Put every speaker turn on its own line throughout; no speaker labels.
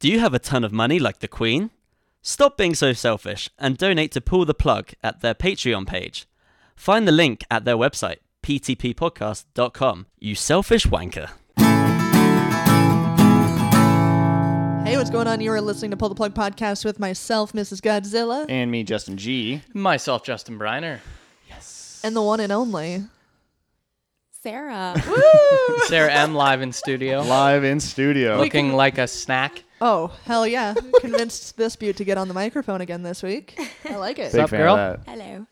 Do you have a ton of money like the Queen? Stop being so selfish and donate to Pull the Plug at their Patreon page. Find the link at their website, ptppodcast.com. You selfish wanker.
Hey, what's going on? You are listening to Pull the Plug podcast with myself, Mrs. Godzilla,
And me, Justin G.
Myself, Justin Briner.
and the one and only.
Sarah.
Sarah M. live in studio.
Live in studio.
Looking like a snack.
Oh, hell yeah. Convinced this butte to get on the microphone again this week. I like it.
Big
up,
fan
girl?
of that.
Hello.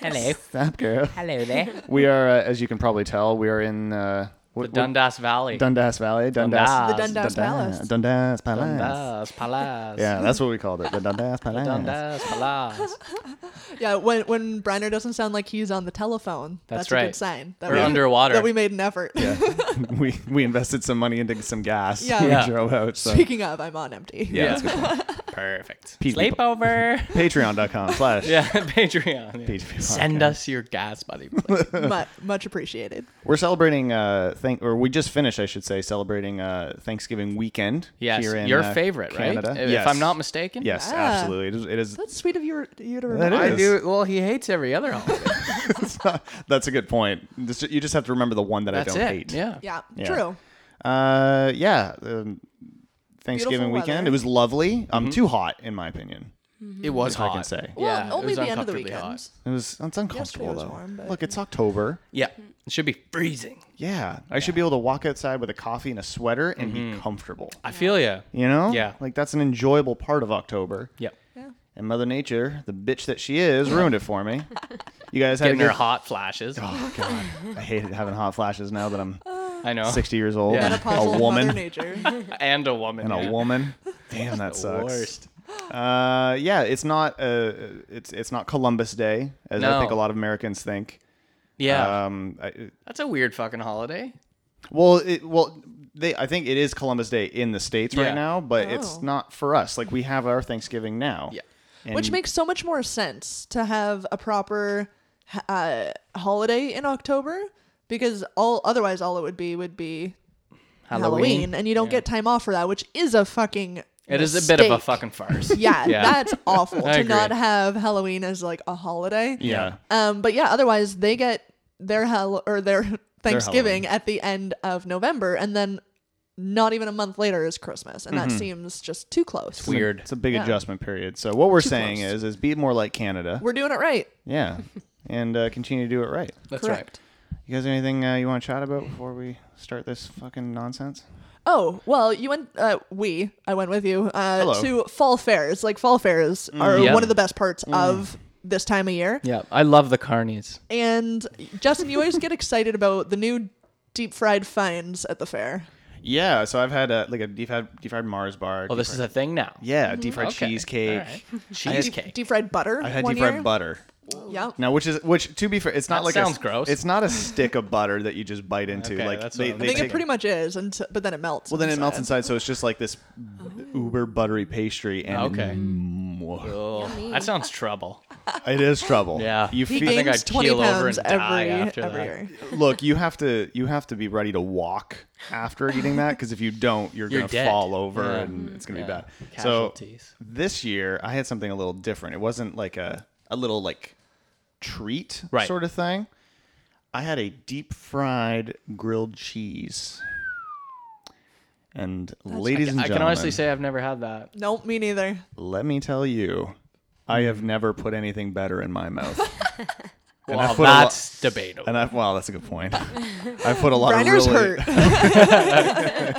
Hello.
Stop, girl.
Hello there.
We are, uh, as you can probably tell, we are in uh,
The
what-
Dundas Valley.
what- Dundas Valley. Dundas.
Dundas.
the Dundas Palace.
Dundas Palace.
Dundas Palace.
Yeah, that's what we called it. The Dundas Palace.
Dundas Palace.
Yeah, when when Brenner doesn't sound like he's on the telephone,
That's
that's, a
right.
good sign. That
Or
we,
underwater.
That we made an effort.
Yeah. we we invested some money into some gas.
Yeah.
We
Yeah.
drove out. So.
Speaking of, I'm on empty.
yeah. that's good.
Perfect.
Pete-
Sleepover.
Patreon.com slash.
yeah, Patreon. yeah.
PTP podcast.
Send us your gas, buddy. please.
Mu- much appreciated.
We're celebrating uh thank or we just finished I should say celebrating uh Thanksgiving weekend
Yes,
here in
your
uh,
favorite,
Canada.
right? If
Yes.
I'm not mistaken.
Yes,
Ah.
absolutely. It is, it is
That's sweet of you, you to
That
remember.
I
is.
do. Well, he hates every other holiday.
That's a good point. Just, you just have to remember the one that
That's
I
it.
don't hate.
Yeah.
Yeah,
Yeah.
true.
Uh, yeah. Um, Thanksgiving
Beautiful
weekend.
weather.
It was lovely. Um, too hot in my opinion.
It was
Mm-hmm. If I
hot.
can say.
Well,
Mm-hmm. Yeah, it
only
was
the end of the
uncomfortably
weekend.
hot.
It was. It's uncomfortable
was
though.
warm, but-
Look, it's October.
Yeah. It should be freezing.
Yeah, I should be able to walk outside with a coffee and a sweater and be comfortable.
Mm-hmm. I feel you.
You know.
Yeah.
Like that's an enjoyable part of October.
Yep.
And Mother Nature, the bitch that she is, ruined it for me. You guys had
Getting
a good.
her hot flashes.
Oh God, I hate having hot flashes now that I'm
I know.
60 years old.
Yeah.
and
Menopausal
A
Mother
woman.
Nature.
And a woman.
and
yeah.
a woman. Damn, that sucks.
Worst.
Uh, yeah, it's not uh, it's it's not Columbus Day as I
No.
think a lot of Americans think.
Yeah.
Um, I,
That's a weird fucking holiday.
well, it, well, they I think it is Columbus Day in the states
Yeah.
right now, but it's
Oh.
not for us. Like we have our Thanksgiving now.
Yeah.
And-
Which makes so much more sense to have a proper uh, holiday in October because all otherwise all it would be would be Halloween, and you don't get time off for that, which is a fucking
It is a bit of a
mistake.
fucking farce.
Yeah,
Yeah.
that's awful
I
to not
agree.
have Halloween as like a holiday.
yeah.
Um, but yeah, otherwise they get their hell or their Thanksgiving at the end of November, and then not even a month later is Christmas, and that seems just too close.
Weird.
Mm-hmm. It's a big adjustment period. So what we're saying
close.
is, is be more like Canada.
We're doing it right.
yeah, and uh, continue to do it right.
That's
Correct.
You guys, have anything uh, you want to chat about before we start this fucking nonsense?
Oh well, you went. Uh, we I went with you uh,
Hello. Mm,
to fall fairs. Like fall fairs are
Yeah.
one of the best parts of this time of year.
right. Yeah. I love the carnies.
And Justin, you always get excited about the new deep fried finds at the fair.
Yeah, so I've had a, like a deep fried, deep fried Mars bar.
Oh, this is a thing now.
yeah, deep fried
Okay.
cheesecake.
All right. Cheesecake.
Mm-hmm. Deep fried butter.
I've had
one
deep fried
year. Oh.
butter.
Yeah.
Now, which is which to be fair, it's not
That
like
sounds
a,
gross.
It's not a stick of butter that you just bite into.
Okay,
like
that's
they,
what I'm
they
I think
take,
it pretty much is, and but then it melts.
well, then it melts
inside. Oh.
inside, so it's just like this uber buttery pastry, and
Okay.
Mm,
Oh, that sounds trouble.
it is trouble.
Yeah.
you
He
feel,
think
gains
I'd
twenty
keel over
pounds
and
every
die after
every
that.
year.
look, you have to you have to be ready to walk after eating that because if you don't, you're,
You're
gonna
dead.
fall over,
Yeah.
and it's gonna be
Yeah.
bad.
Casualties.
So this year, I had something a little different. It wasn't like a a little like treat
Right.
sort of thing. I had a deep fried grilled cheese. And ladies and
I
gentlemen,
can honestly say I've never had that.
Nope, me neither.
let me tell you, I have
Hmm.
never put anything better in my mouth. And
Well,
I've put a lo-
that's debatable.
And I, wow, that's a good point. I put a lot
Briner's
of really,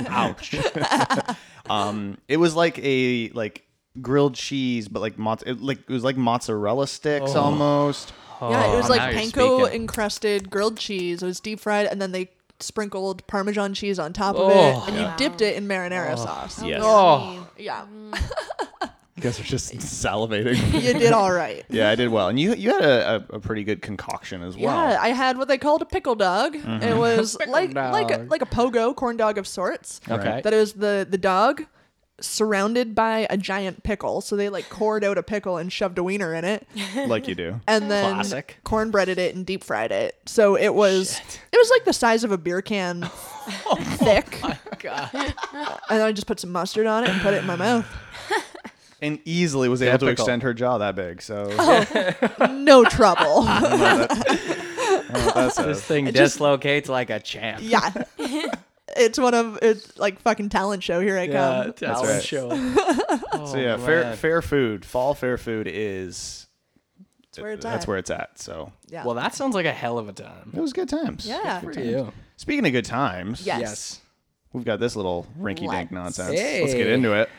hurt.
Ouch. um, it was like a like grilled cheese, but like mozz- it, like it was like mozzarella sticks almost.
yeah, it was like
Oh. now you're
panko
speaking.
encrusted grilled cheese. It was deep fried, and then they sprinkled Parmesan cheese on top
Oh.
of it, and you dipped it in marinara sauce.
Yes,
Oh,
Yeah,
you guys are just salivating.
you did all right.
yeah, I did well, and you you had a, a, a pretty good concoction as well.
Yeah, I had what they called a pickle dog.
Mm-hmm.
It was like like a,
dog.
like a pogo corn dog of sorts.
okay.
That it was the the dog surrounded by a giant pickle. So they like cored out a pickle and shoved a wiener in it,
like you do.
and then
Classic.
cornbreaded it and deep fried it. So it was it was like the size of a beer can, thick.
God.
And I just put some mustard on it and put it in my mouth.
And easily was able to
Epical.
extend her jaw that big. So
Oh, No trouble.
that's
This
a,
thing dislocates like a champ.
yeah. It's one of it's like fucking talent show. Here I come.
that's
right.
Show. Oh,
so yeah. Fair fair food. Fall fair food is
That's where it's at.
that's where it's at. So
Yeah.
Well, that sounds like a hell of a time.
it was good times.
yeah.
For you.
Speaking of good times,
Yes.
Yes.
we've got this little rinky-dink
Let's-
nonsense. Let's get
Hey.
into it.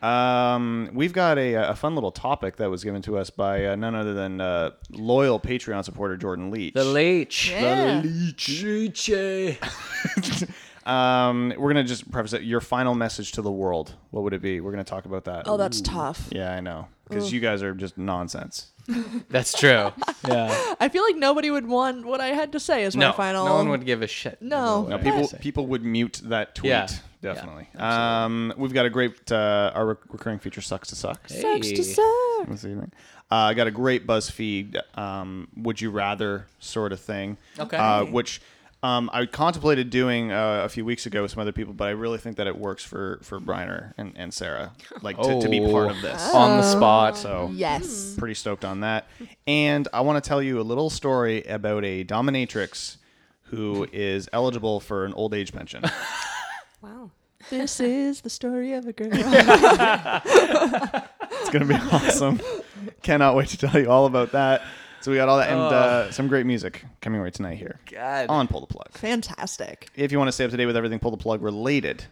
Um, we've got a, a fun little topic that was given to us by uh, none other than uh, loyal Patreon supporter Jordan Leach.
The leech.
Yeah.
um, we're gonna just preface it. Your final message to the world. What would it be? We're gonna talk about that.
Oh, that's tough.
yeah, I know, because you guys are just nonsense.
That's true. yeah.
I feel like nobody would want what I had to say as
No.
my final.
No one would give a shit.
No.
No,
way.
people people would mute that tweet.
Yeah.
Definitely. um, we've got a great uh, our rec- recurring feature sucks to suck.
Sucks to
Hey.
suck.
this evening. Uh, I got a great BuzzFeed um, "Would you rather" sort of thing.
Okay.
Uh, which um, I contemplated doing uh, a few weeks ago with some other people, but I really think that it works for for Briner and, and Sarah, like to, to be part of this.
On
Oh.
the spot.
So
Yes.
Hmm.
pretty stoked on that. And I want to tell you a little story about a dominatrix who is eligible for an old age pension.
Wow.
this is the story of a girl.
It's gonna be awesome. Cannot wait to tell you all about that. So we got all that and
Oh.
uh, some great music coming right tonight here
God.
on Pull the Plug.
Fantastic. Mm-hmm.
If you want to stay up to date with everything Pull the Plug related,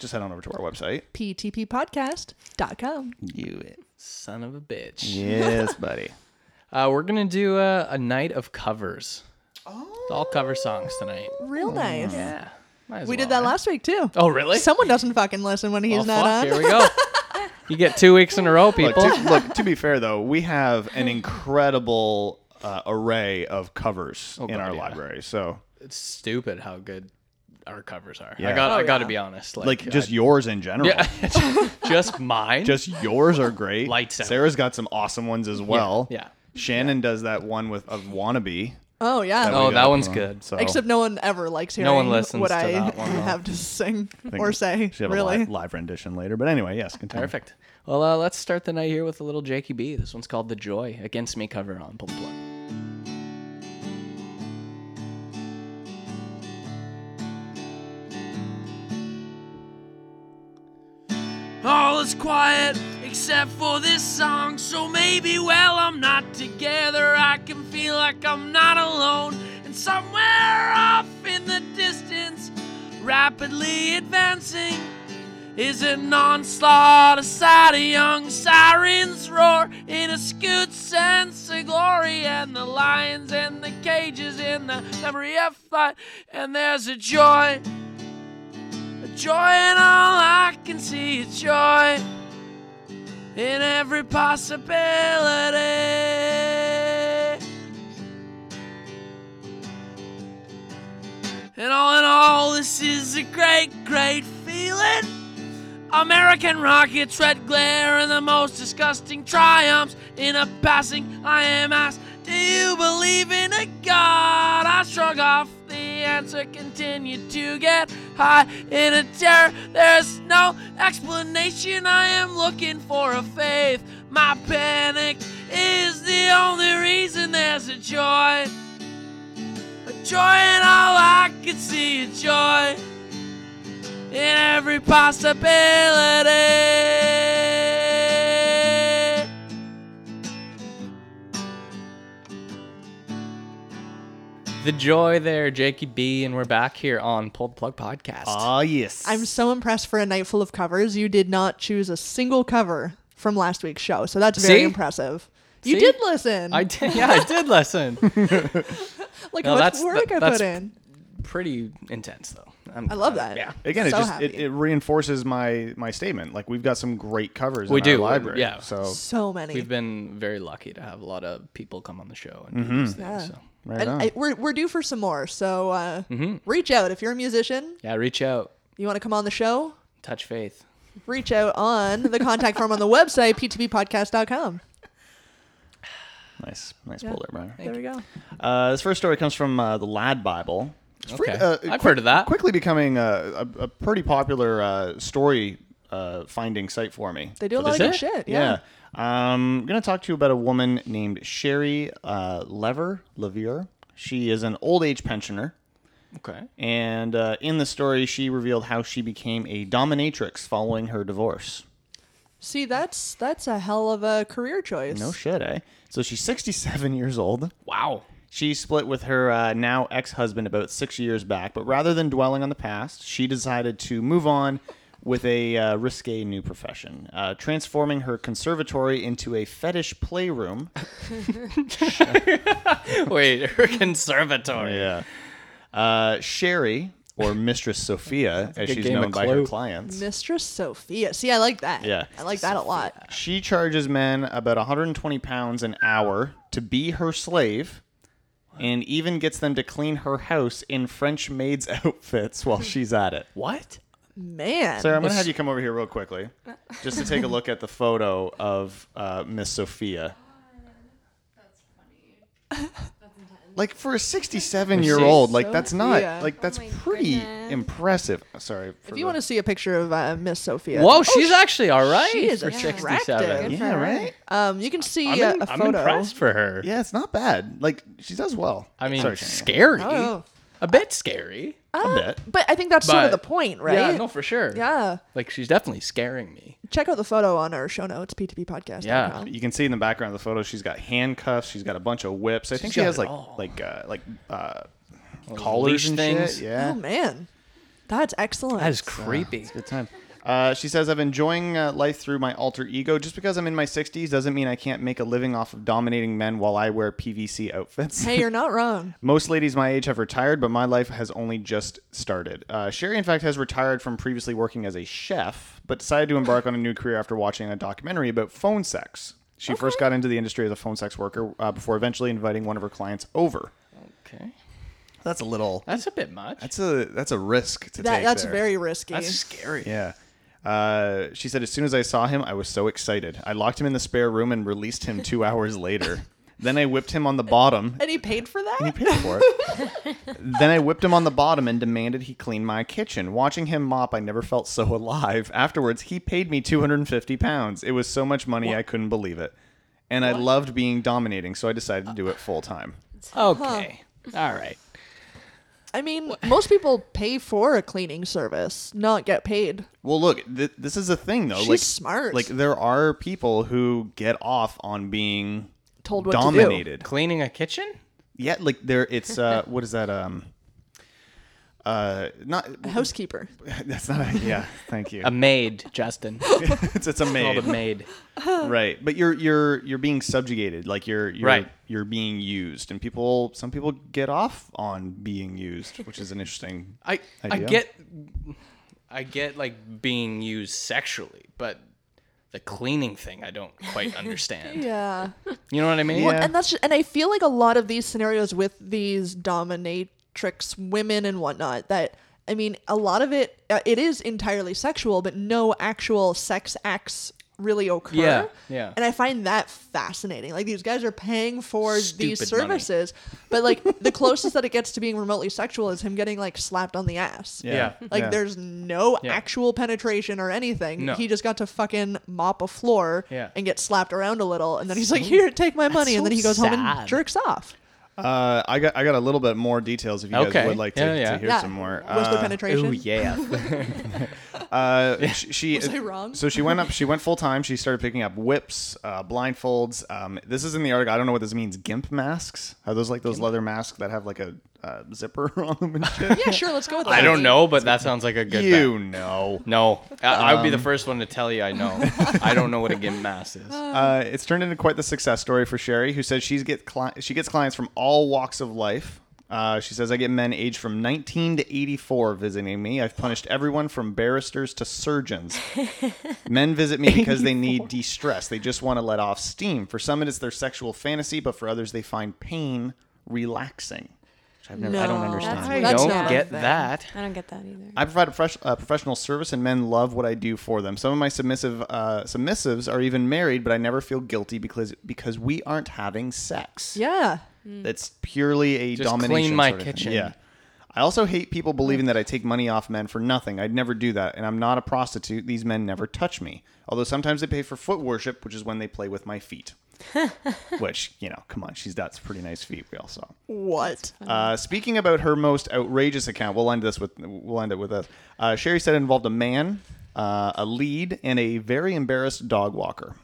just head on over to our website.
PTPpodcast.com.
You it.
Son of a bitch.
Yes, buddy.
Uh, we're gonna do a, a night of covers. Oh. All cover songs tonight.
Real nice.
Mm. Yeah. Might as
We did
well,
that
eh?
last week too.
Oh really?
Someone doesn't fucking listen when he's
Well,
not
Oh, fuck,
on.
Here we go. you get two weeks in a row,
Look
people.
to, look, to be fair though, we have an incredible uh, array of covers in
Oh, God,
our
yeah.
library. So,
it's stupid how good our covers are.
Yeah.
I got.
Oh,
I got to be honest. Like,
like, just
I-
yours in general.
yeah, just mine.
Just yours are great.
Lights out.
Sarah's got some awesome ones as well.
yeah.
Shannon does that one with of wannabe.
Oh yeah.
we
Oh,
got
that
up
one's
on.
good.
So
Except no one ever likes hearing
No one listens
what
to
I
that one, though.
have to sing
I think
or say.
we should have a li-
Really.
live, rendition later. But anyway, yes, continue.
Perfect. Well, uh, let's start the night here with a little Jakey B. This one's called "The Joy." Against me cover on pull the plug. All is quiet except for this song. So maybe while I'm not together, I can feel like I'm not alone. And somewhere off in the distance, rapidly advancing, is an onslaught aside a young siren's roar in a skewed sense of glory. And the lions in the cages in the memory of fight. And there's a joy. A joy in all I can see, a joy in every possibility. And all in all, this is a great, great feeling. American rockets, red glare, and the most disgusting triumphs. In a passing, I am asked, Do you believe in a God? I shrug off the answer, continue to get high in a terror. There's no explanation, I am looking for a faith. My panic is the only reason there's a joy. A joy in all I can see, a joy in every possibility. The joy there, Jakey B, and we're back here on Pulled Plug Podcast.
Ah, yes.
I'm so impressed for a night full of covers. You did not choose a single cover from last week's show. So that's very
See?
impressive. You
See?
did listen.
I did, yeah, I did lesson.
Like
No,
how much
that's-
work
that-
I
that's-
put in.
Pretty intense, though. I'm,
I love that.
Yeah,
Again, it
So
just it,
happy.
it reinforces my my statement. Like we've got some great covers.
We
in
do,
Our library.
yeah.
So
So many.
we've been very lucky to have a lot of people come on the show and do these things. So.
Mm-hmm. right
and
on.
I, we're, we're due for some more. So
Hmm.
uh, reach out if you're a musician,
Mm-hmm. Yeah, reach out,
you want to come on the show.
touch faith.
reach out on the contact form on the website, ptbpodcast.com.
Nice, nice pull there, Brian.
There we go.
Uh, this first story comes from uh, the Lad Bible. It's pretty-
Okay.
uh,
I've heard of that.
Quickly becoming uh, a, a, a pretty popular uh, story uh, finding site for me.
They do a
For
lot
this-
of good
it?
shit.
Yeah. Um, I'm going to talk to you about a woman named Sherry uh, Lever, Levier. She is an old age pensioner.
Okay.
And uh, in the story, she revealed how she became a dominatrix following her divorce.
See, that's that's a hell of a career choice.
No shit, eh? So she's 67 years old.
Wow.
She split with her uh, now ex husband about six years back, but rather than dwelling on the past, she decided to move on with a uh, risque new profession, uh, transforming her conservatory into a fetish playroom.
Wait, her conservatory.
yeah. Uh, Sherry, or Mistress Sophia, as
good
she's
game of
known by her
Clue.
clients.
Mistress Sophia. See, I like that.
Yeah.
I like that a lot.
She charges men about 120 pounds an hour to be her slave and even gets them to clean her house in French maid's outfits while she's at it.
What?
Man.
Sarah, I'm going to have you come over here real quickly just to take a look at the photo of uh, Miss Sophia. Like for a 67 year old, like that's not
Sophia. Oh
like that's
my
pretty
goodness.
impressive. Sorry. For
if you want to see a picture of uh, Miss Sophia.
Whoa, she's actually all right.
she is
for
attractive.
67.
Good.
yeah, right.
Um, you can see
I'm,
uh,
in-
a
I'm
photo.
impressed for her.
Yeah, it's not bad. Like she does well.
I mean,
Sorry, Shane.
scary.
Oh.
A bit scary.
a bit.
Uh, But I think that's sort of the
But-
point, right?
Yeah, no, for sure.
Yeah.
Like, she's definitely scaring me.
Check out the photo on our show notes, p2p podcast.
Yeah.
You can see in the background of the photo, she's got handcuffs. She's got a bunch of whips. I think she
got
has
it
like
all.
like uh, like uh, collars
leash
and
things.
shit. Yeah,
Oh man, that's excellent.
That is creepy.
good time. Uh, she says, "I've enjoying uh, life through my alter ego. Just because I'm in my 60s doesn't mean I can't make a living off of dominating men while I wear PVC outfits."
hey, you're not wrong.
Most ladies my age have retired, but my life has only just started. Uh, Sherry, in fact, has retired from previously working as a chef, but decided to embark on a new career after watching a documentary about phone sex. She first got into the industry as a phone sex worker uh, before eventually inviting one of her clients over.
Okay.
That's a little.
That's a bit much.
That's a that's a risk to
That
take.
that's
there.
very risky.
That's scary.
Yeah. Uh, she said, as soon as I saw him, I was so excited. I locked him in the spare room and released him two hours later. Then I whipped him on the bottom
and he paid for that.
he paid for it. then I whipped him on the bottom and demanded he clean my kitchen. Watching him mop, I never felt so alive. Afterwards, he paid me 250 pounds. It was so much money, I couldn't believe it. And I loved being dominating, so I decided to do it full time.
Okay. All right.
I mean, most people pay for a cleaning service, not get paid.
Well, look, th- this is a thing though.
She's
like
smart.
Like there are people who get off on being
Told what to do.
dominated.
Cleaning a kitchen?
Yeah, like there, it's uh, what is that? Um, uh, not
A housekeeper.
that's not. A, yeah, thank you.
A maid, Justin.
it's, it's a maid.
Called a maid.
right but you're you're you're being subjugated like you're you're
Right.
you're being used and people some people get off on being used which is an interesting
I I
Idea.
get I get like being used sexually, but the cleaning thing I don't quite understand.
Yeah.
You know what I mean?
Yeah.
And that's ju- and I feel like a lot of these scenarios with these dominatrix women and whatnot that I mean a lot of it uh, it is entirely sexual but no actual sex acts really occur.
Yeah, yeah.
And I find that fascinating. Like these guys are paying for these
Stupid money.
services, but like the closest that it gets to being remotely sexual is him getting like slapped on the ass.
Yeah.
Like
Yeah.
there's no actual penetration or anything.
No.
He just got to fucking mop a floor
Yeah.
and get slapped around a little, and then he's like, "Here, take my money," and then he goes home and
sad.
jerks off.
uh i got i got a little bit more details if you guys
Okay.
would like to,
Yeah, yeah.
to hear
yeah,
some more
Whisper
Uh,
penetration.
yeah.
Uh, sh- she
Was I wrong?
so she went up she went full time she started picking up whips uh, blindfolds um, this is in the article i don't know what this means gimp masks are those like those leather masks that have like a uh, zipper on them and shit
Yeah, sure, let's go with that.
I don't know, but that sounds like a good bet.
you know Um.
No, I, I would be the first one to tell you I know. I don't know what a gimp mass is.
Ah.
Uh, it's turned into quite the success story for Sherry, who says she's get cli- she gets clients from all walks of life. Uh, she says, I get men aged from 19 to 84 visiting me. I've punished everyone from barristers to surgeons. men visit me because they need de stress. They just want to let off steam. For some, it is their sexual fantasy, but for others, they find pain relaxing.
Which I've never, I don't
No,
understand.
that's-
I
that's
don't
not a
get
thing.
that.
I don't get that either.
I provide a fresh, uh, professional service, and men love what I do for them. Some of my submissive uh, submissives are even married, but I never feel guilty because because we aren't having sex.
Yeah. Mm.
That's purely a
Just
domination.
clean my
sort of thing.
kitchen.
Yeah. I also hate people believing that I take money off men for nothing. I'd never do that, and I'm not a prostitute. These men never touch me. Although sometimes they pay for foot worship, which is when they play with my feet. which, you know, come on, she's that's pretty nice feet we all saw.
What?
Uh, speaking about her most outrageous account, we'll end this with we'll end it with this. Uh, Sherry said it involved a man, uh, a lead, and a very embarrassed dog walker.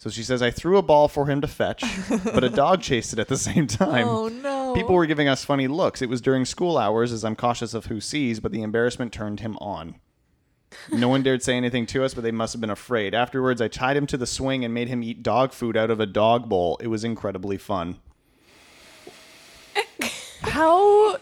So she says I threw a ball for him to fetch, but a dog chased it at the same time.
Oh, no.
People were giving us funny looks. It was during school hours, as I'm cautious of who sees, but the embarrassment turned him on. No one dared say anything to us, but they must have been afraid. Afterwards, I tied him to the swing and made him eat dog food out of a dog bowl. It was incredibly fun.
How uh,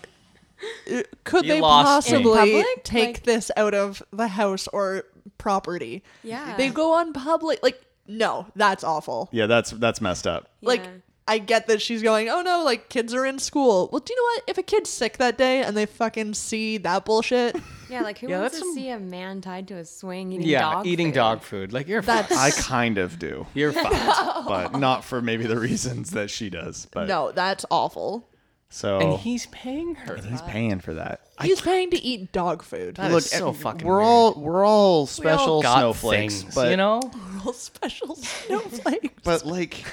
could
You
they
lost me. In
possibly
public?
take
Like-
this out of the house or property?
Yeah.
They go on public. Like, no, that's awful.
Yeah, that's that's messed up.
Like,
Yeah.
I get that she's going, oh no, like kids are in school. Well, do you know what? If a kid's sick that day and they fucking see that bullshit,
yeah, like who
Yeah,
wants to
that's some-
see a man tied to a swing eating
Yeah,
dog
eating
food?
dog food. Like you're fucked.
That's-
I kind of do,
You're fucked.
but not for maybe the reasons that she does. But
no, that's awful.
so
and he's paying her.
he's paying for that.
He's paying to eat dog food.
That is so fucking.
We're
weird.
all we're all
We all
special
got
snowflakes,
things,
but
you know.
Little special snowflakes.
but like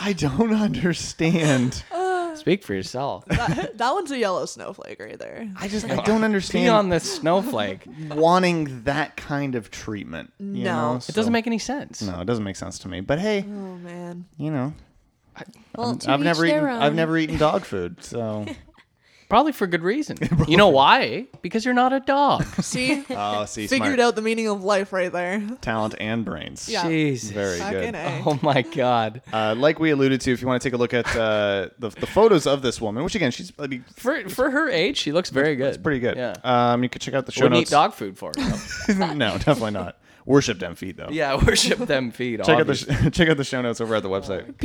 I don't understand.
Speak for yourself.
that, that one's a yellow snowflake right there.
I just I don't
Pee on
understand
this snowflake.
wanting that kind of treatment. You
No.
know?
It doesn't make any sense.
no, it doesn't make sense to me. But hey,
Oh man.
you know,
Well, to
I've
each
never
their
eaten
own.
I've never eaten dog food, so
Probably for good reason. you know why? Because you're not a dog.
See?
oh, see,
Figured out the meaning of life right there.
talent and brains.
Yeah.
Jesus.
Very
Fucking
good.
A.
Oh my god.
Uh, like we alluded to, if you want to take a look at uh, the, the photos of this woman, which again, she's I mean,
For for her age, she looks very good.
it's pretty good.
Yeah.
Um, you could check out the show
Wouldn't eat
notes.
dog food for her. though.
no, definitely not. Worship them feet though.
yeah, worship them feet.
Check out the
obviously.
sh- check out the show notes over at the website.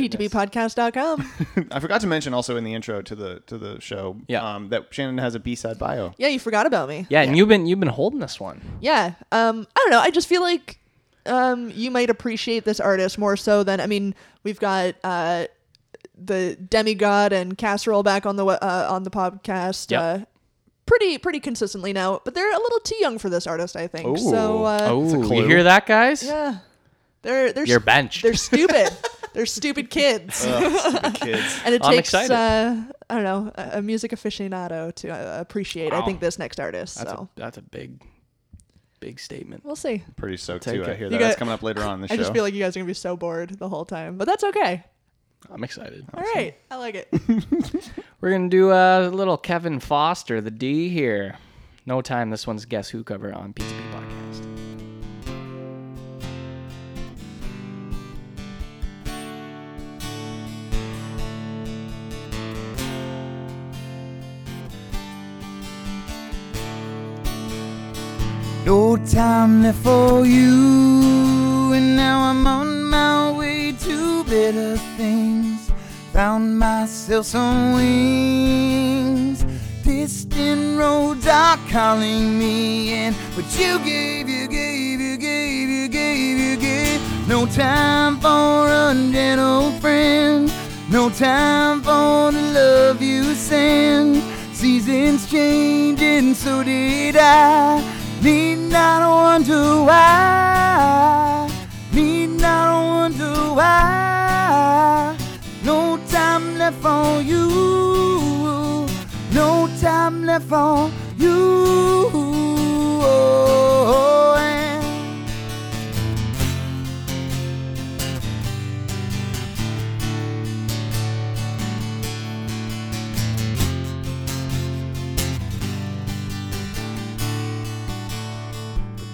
P2Ppodcast.com.
I forgot to mention also in the intro to the to the show
Yeah.
um, that Shannon has a B side bio.
yeah, you forgot about me.
Yeah, and you've been you've been holding this one.
Yeah. Um, I don't know. I just feel like um, you might appreciate this artist more so than, I mean, we've got uh, the demigod and casserole back on the we- uh, on the podcast.
Yep.
Uh, pretty pretty consistently now, but they're a little too young for this artist, I think.
Ooh.
So uh,
Oh, you
clue.
hear that, guys?
yeah, they're they're
You're
s-
benched.
they're stupid. they're stupid kids.
Kids,
and it
I'm
takes
excited.
uh, I don't know a, a music aficionado to uh, appreciate. I
Wow.
think this next artist.
That's
so
a that's a big, big statement.
we'll see.
pretty stoked
Take
too. I
it.
hear
You
that.
got-
That's coming up later on in the
I
show.
just feel like you guys are gonna be so bored the whole time, but that's okay.
I'm excited.
All right, I like it.
We're gonna do a little Kevin Foster, the D here. No time. This one's Guess Who cover on PTP podcast.
No time left for you, and now I'm on my way to better things. Found myself some wings. Distant roads are calling me in, but you gave, you gave, you gave, you gave, you gave. No time for a gentle friend. No time for the love you send. Seasons changing, so did I. Need not wonder why. Need not wonder why. No time left for you. No time left for you. Oh,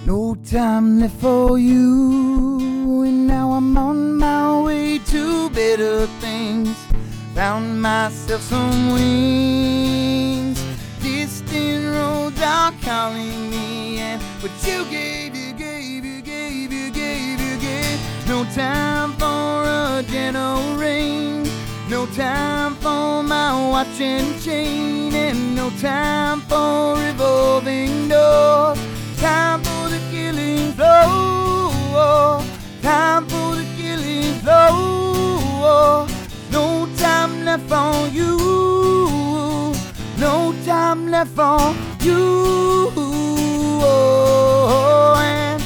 No time left for you, and now I'm on my way to better things. Found myself some wings. Distant roads are calling me, and but you gave, you gave, you gave, you gave, you gave. No time for a gentle rain. No no time for my watch and chain, and no time for revolving doors. Time for the killing floor. Time for the killing floor. No time left for you. No time left for you. Oh, And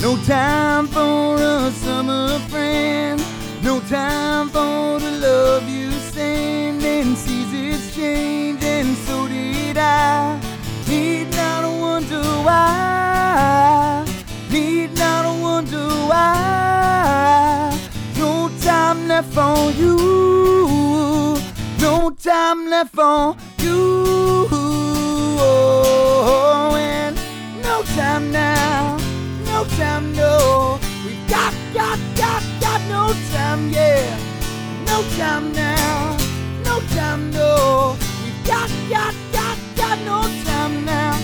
No time for a summer friend. No time for the love you send. And sees its change, and so did I. Need not wonder why. Need not wonder why. No time left for you. No time left for you. Oh, And no time now. No time, no. We got, got, got, got no time, yeah. No time now. No time, no. We got, got, got, got no time now.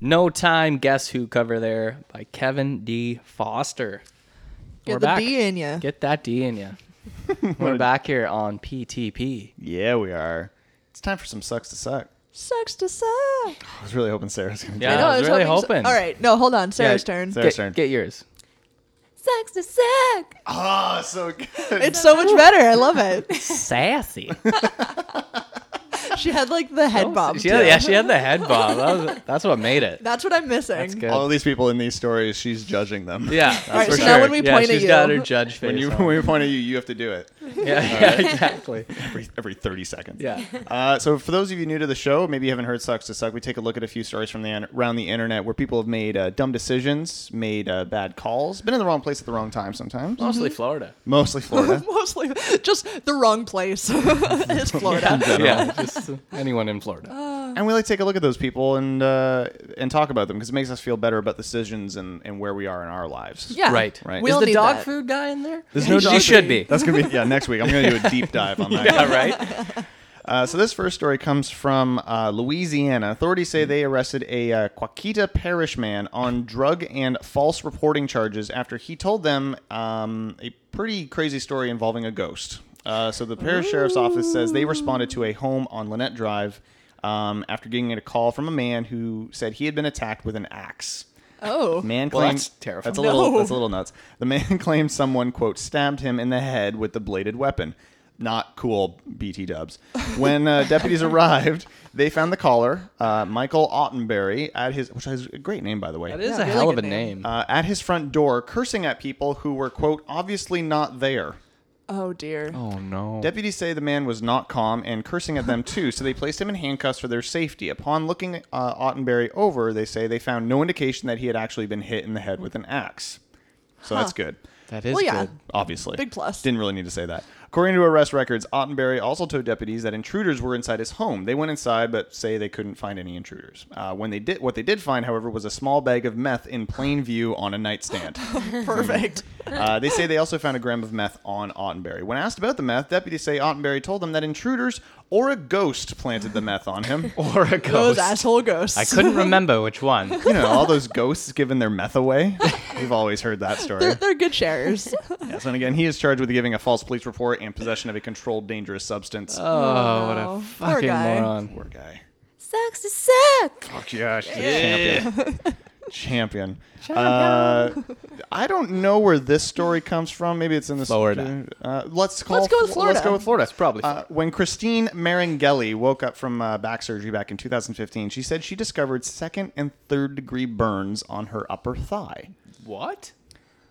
No Time Guess Who cover there by Kevin D. Foster.
Get
We're
the
back.
D in you.
Get that D in you. We're back here on PTP.
Yeah, we are. It's time for some sucks to suck.
Sucks to suck.
I was really hoping Sarah's gonna.
Yeah, I, was, really hoping.
All right, no, hold on. Sarah's turn.
Sarah's turn.
Get, get yours.
Sucks to suck.
Oh, so good.
It's so much better. I love it.
Sassy.
She had like the head bob.
she had, yeah, she had the head bob. That was, that's what made it.
That's what I'm missing.
That's good.
All of these people in these stories, she's judging them.
yeah, that's
right,
for
so
sure.
now when we
yeah,
point at
she's
you-
got her judge face.
When you
on.
when we point at you, you have to do it
yeah, yeah, exactly.
every every thirty seconds.
Yeah.
Uh, so for those of you new to the show, maybe you haven't heard "Sucks to Suck," we take a look at a few stories from the in- around the internet where people have made uh, dumb decisions, made uh, bad calls, been in the wrong place at the wrong time sometimes.
Mm-hmm.
Mostly Florida.
Mostly Florida.
Mostly just the wrong place is Florida. Uh.
Yeah, just
uh,
anyone in Florida.
and we like to take a look at those people and uh, and talk about them because it makes us feel better about decisions and, and where we are in our lives.
Yeah.
right.
Right.
We
Is
all
the
need
dog
that.
food guy in there?
There's no
She
dog
should
food.
be.
That's gonna be yeah. Next week, I'm gonna do a deep dive on that.
Yeah, right.
Uh, so this first story comes from uh, Louisiana. Authorities say they arrested a uh, Quaquita Parish man on drug and false reporting charges after he told them um, a pretty crazy story involving a ghost. Uh, so the parish sheriff's office says they responded to a home on Lynette Drive um, after getting a call from a man who said he had been attacked with an axe.
Oh.
Man
Well,
claimed
that's terrifying.
That's a little.
No.
That's a little nuts. The man claimed someone quote stabbed him in the head with the bladed weapon. Not cool, BT Dubs. When uh, deputies arrived, they found the caller, uh, Michael Ottenberry, at his which is a great name by the way.
That is
Yeah,
a
really
hell of a
good
name.
name.
Uh, at his front door, cursing at people who were quote obviously not there.
Oh dear.
oh no.
Deputies say the man was not calm and cursing at them too, so they placed him in handcuffs for their safety. Upon looking uh, Ottenberry over, they say they found no indication that he had actually been hit in the head with an axe. So that's good,
that is
Well, yeah.
good.
obviously.
Big plus.
Didn't really need to say that. According to arrest records, Ottenberry also told deputies that intruders were inside his home. They went inside, but say they couldn't find any intruders. Uh, when they did, what they did find, however, was a small bag of meth in plain view on a nightstand.
Perfect.
Oh. Uh, they say they also found a gram of meth on Ottenberry. When asked about the meth, deputies say Ottenberry told them that intruders or a ghost planted the meth on him.
Or a
Those
ghost.
asshole ghosts.
I couldn't remember which one.
You know, all those ghosts giving their meth away. We've always heard that story.
They're, they're good sharers.
Yes, and again, he is charged with giving a false police report and possession of a controlled dangerous substance.
Oh, what
Wow.
a
Poor
fucking
guy.
moron.
Poor guy.
Sucks to suck.
Fuck yeah, she's a champion. champion. Uh, I don't know where this story comes from. Maybe it's in this.
Florida.
Uh, let's call.
Let's go with
Let's
Florida.
go with Florida. It's
probably
Uh, when Christine Marangeli woke up from uh, back surgery back in 2015, she said she discovered second and third degree burns on her upper thigh.
What?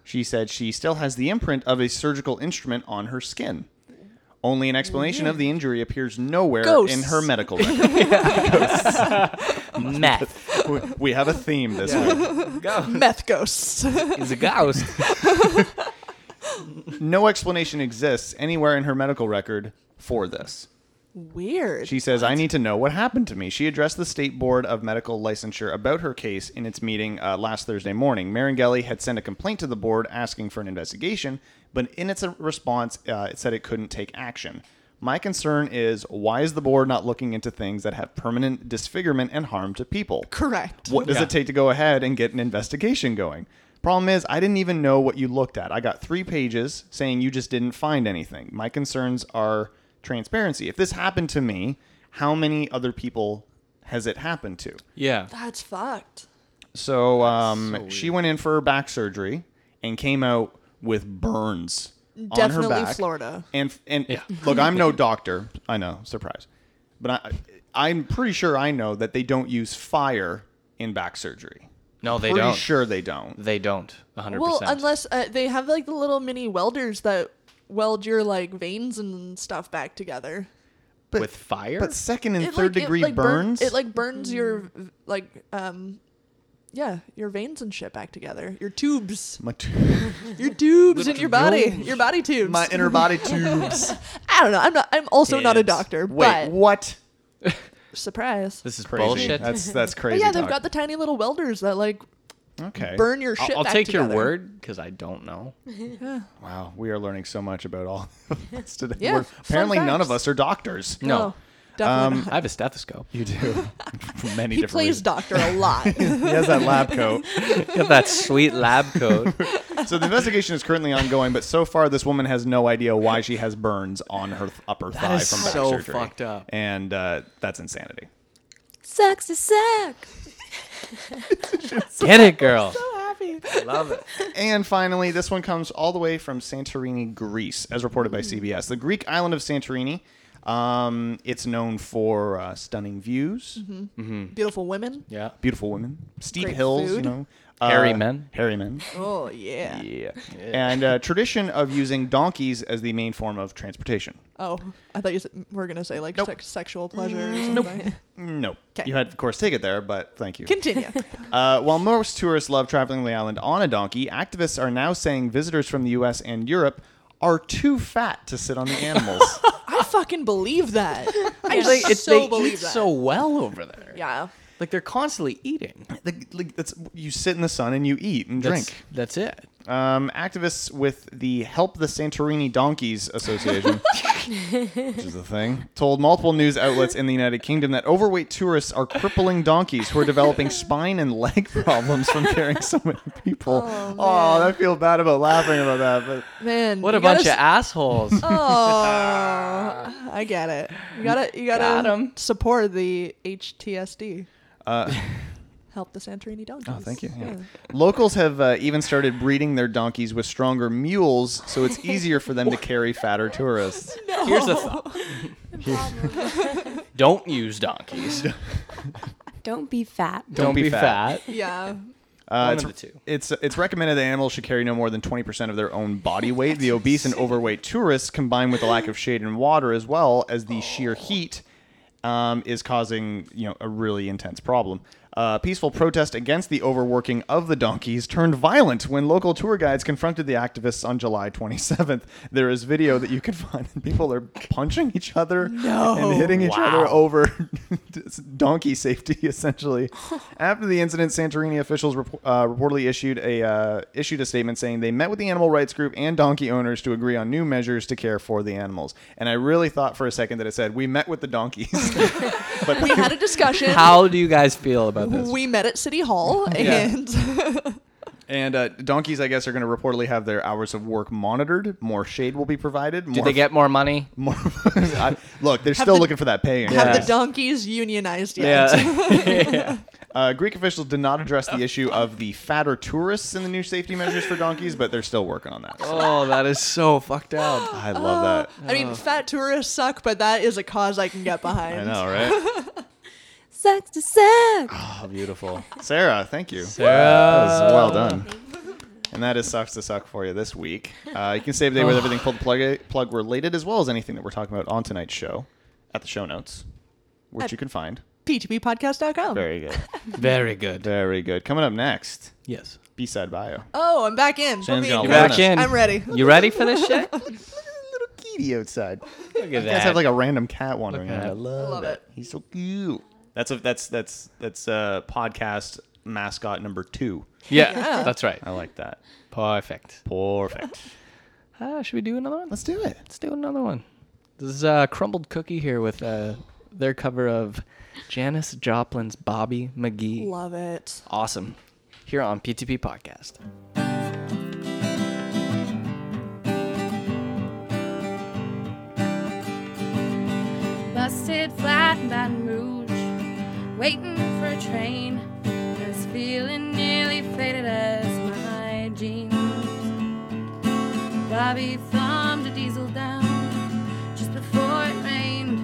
She said she still has the imprint of a surgical instrument on her skin. Only an explanation of the injury appears nowhere in
Ghosts.
her medical record.
Meth
We- we have a theme this week.
Meth ghosts.
is a ghost.
No explanation exists anywhere in her medical record for this.
Weird.
She says, I need to know what happened to me. She addressed the State Board of Medical Licensure about her case in its meeting uh, last Thursday morning. Marangeli had sent a complaint to the board asking for an investigation, but in its response, uh, it said it couldn't take action. My concern is why is the board not looking into things that have permanent disfigurement and harm to people?
Correct.
What does it take to go ahead and get an investigation going? Problem is, I didn't even know what you looked at. I got three pages saying you just didn't find anything. My concerns are transparency. If this happened to me, how many other people has it happened to?
Yeah.
That's fucked.
So, um, she went in for her back surgery and came out with burns
Definitely
on her back.
Florida.
And and look, I'm no doctor. I know, surprise, but I I'm pretty sure I know that they don't use fire in back surgery.
No, they
pretty
don't.
sure they don't.
They don't. 100%.
Well, unless uh, they have like the little mini welders that weld your like veins and stuff back together.
But,
with fire?
But second and
It,
third
like, it,
degree
like, burn-
burns.
it like burns your like um yeah, your veins and shit back together. Your tubes.
my, t-
Your tubes in your body. Your body tubes.
my inner body tubes.
I don't know. I'm not I'm also not a
Tubes.
doctor,
Wait,
but
what?
surprise.
this is
Crazy.
bullshit.
That's that's
But
crazy.
yeah, they've
talk.
got the tiny little welders that like
okay.
burn your shit
I'll, I'll
back
take your
together.
word because I don't know.
Wow, we are learning so much about all of this today.
Yeah,
We're-
fun
apparently, none
facts.
of us are doctors.
No.
Oh, Definitely
Um, I
not.
have a stethoscope.
You do. Many
He
different
plays
reasons.
doctor a lot.
He has that lab coat.
Got that sweet lab coat.
So the investigation is currently ongoing, but so far this woman has no idea why she has burns on her th- upper thigh
is
from back
so
surgery.
fucked up.
and uh, that's insanity.
Sexy sack.
Get it, girl.
happy.
Love it.
And finally, this one comes all the way from Santorini, Greece, as reported
Mm.
by CBS. The Greek island of Santorini. Um, it's known for uh, stunning views,
Mm-hmm. Beautiful women.
Mm-hmm. Yeah.
beautiful women, steep
Great
hills, you
food.
know,
Hairy
uh,
men.
hairy men.
Oh yeah.
Yeah. And uh, tradition of using donkeys as the main form of transportation.
Oh, I thought you said, were gonna say like
Nope.
sex, sexual pleasure. Or something.
No.
'Kay.
You had, of course, take it there, but thank you.
Continue.
Uh, while most tourists love traveling the island on a donkey, activists are now saying visitors from the U.S. and Europe are too fat to sit on the animals.
I fucking believe that. I
Like, it,
so
they
believe
eat
that.
so well over there.
yeah.
Like they're constantly eating.
Like- like, that's you sit in the sun and you eat and
That's,
drink.
That's it.
Um, activists with the Help the Santorini Donkeys Association, which is a thing, told multiple news outlets in the United Kingdom that overweight tourists are crippling donkeys who are developing spine and leg problems from carrying so many people. Oh, I feel bad about laughing about that, but.
Man.
What
you
a bunch
gotta Oh.
of assholes.
s- Oh, I get it. You gotta, you gotta
Got 'em.
support the HTSD. Help the Santorini donkeys.
Uh, Oh, thank you. yeah. Locals have uh, even started breeding their donkeys with stronger mules, so it's easier for them to carry fatter tourists.
Here's the thought. Don't use donkeys. Don't,
Don't be fat.
be
be,
fat.
fat.
Yeah.
Uh,
One
it's,
of the two.
It's it's recommended that animals should carry no more than twenty percent of their own body weight. The obese and overweight tourists, combined with the lack of shade and water, as well as the sheer heat, um, is causing you know a really intense problem. Uh, peaceful protest against the overworking of the donkeys turned violent when local tour guides confronted the activists on July 27th. There is video that you can find. People are punching each other and hitting each other over donkey safety, essentially. After the incident, Santorini officials rep- uh, reportedly issued a uh, issued a statement saying they met with the animal rights group and donkey owners to agree on new measures to care for the animals. And I really thought for a second that it said we met with the donkeys.
We had a discussion.
How do you guys feel about this?
we met at City Hall and
And uh, donkeys, I guess, are going to reportedly have their hours of work monitored. More shade will be provided. More
Do they get more money?
more? I, look, they're still
the-
looking for that pay. increase.
have the donkeys unionized yet.
Yeah.
Uh, Greek officials did not address the issue of the fatter tourists in the new safety measures for donkeys, but they're still working on that.
oh, that is so fucked up. Oh.
I love that.
Oh, I mean, fat tourists suck, but that is a cause I can get behind.
I know, right?
Sexy sack.
Oh, beautiful.
Sarah, thank you. That
Sarah.
was well done. And that is sucks to suck for you this week. Uh, you can save the day with everything pulled plug plug related, as well as anything that we're talking about on tonight's show, at the show notes, which you can find.
P2Ppodcast.com.
Very good.
Very good.
Very good. Coming up next,
Yes.
B side bio.
Oh, I'm back in. Put
Sam's
me
got
in
a
You're
lot
camera.
back
Fairness.
in.
I'm ready.
You ready for this shit?
kitty outside.
Look at
You guys
that.
have like a random cat wandering
at
around. I
that.
love,
Love
it.
it.
He's so cute. That's a, that's that's that's uh, podcast mascot number two.
yeah, that's right.
I like that.
Perfect.
Perfect.
Uh, should we do another one?
Let's do it.
Let's do another one. This is uh, Crumbled Cookie here with uh, their cover of Janis Joplin's Bobby McGee.
Love it.
Awesome. Here on PTP Podcast.
busted flat in Baton Rouge, waiting for a train. This feeling nearly faded as my jeans. Bobby thumbed a diesel down just before it rained.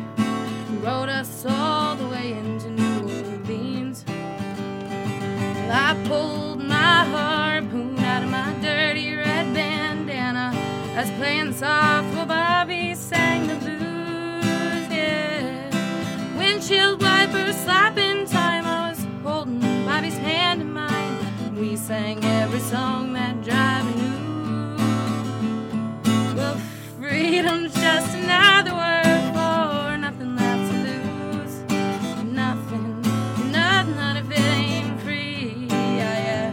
He Rode us all the way into New Orleans. Well, I pulled my harpoon out of my dirty red bandana. I was playing soft while Bobby sang the blues. Yeah. Windshield wipers slapping time. I was holding Bobby's hand in mine. We sang every song that driver knew. Well, freedom's just another word for nothing left to lose nothing, nothing, not if it ain't free. Yeah, yeah.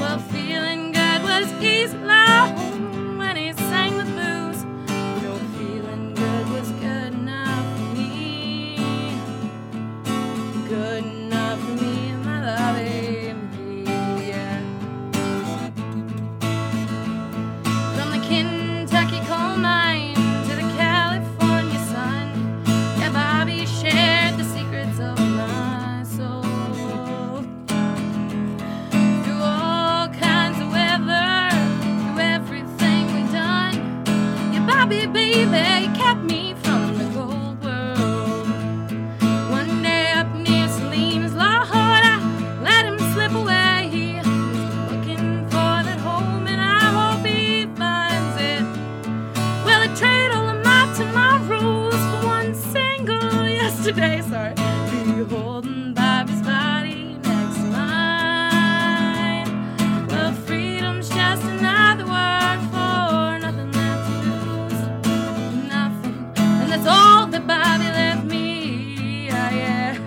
Well, feeling good was Keith's alone when he sang the blues. No feeling good was good enough for me. Good enough for me and my love. Yeah. From the Kentucky coal mine to the California sun, yeah, Bobby shared the secrets of my soul. Through all kinds of weather, through everything we've done, yeah, Bobby, baby, kept me from the cold world. One day up near Salinas, Lord, I let him slip away. Looking for that home, and I hope he finds it. Well, I trade all of my tomorrows for one single yesterday. Sorry, be holding Bobby's body next to mine. Well, freedom's just another word for nothing left to lose nothing. And that's all that Bobby left me. Yeah, yeah.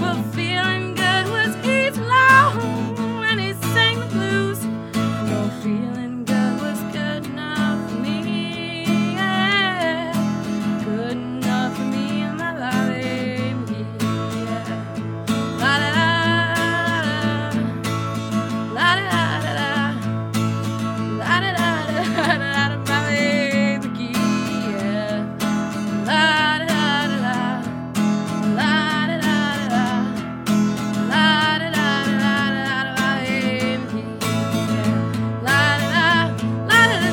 Well, feeling good was Keith Lowe when he sang the blues. No feeling good was good enough for me. Yeah. Good enough for me and my loving. Yeah. La da da da. La da da da. da. La da da da da da da, my baby key, yeah. La da da da da. La da da da da. La da da da da da, my baby key, yeah. La da da. La da da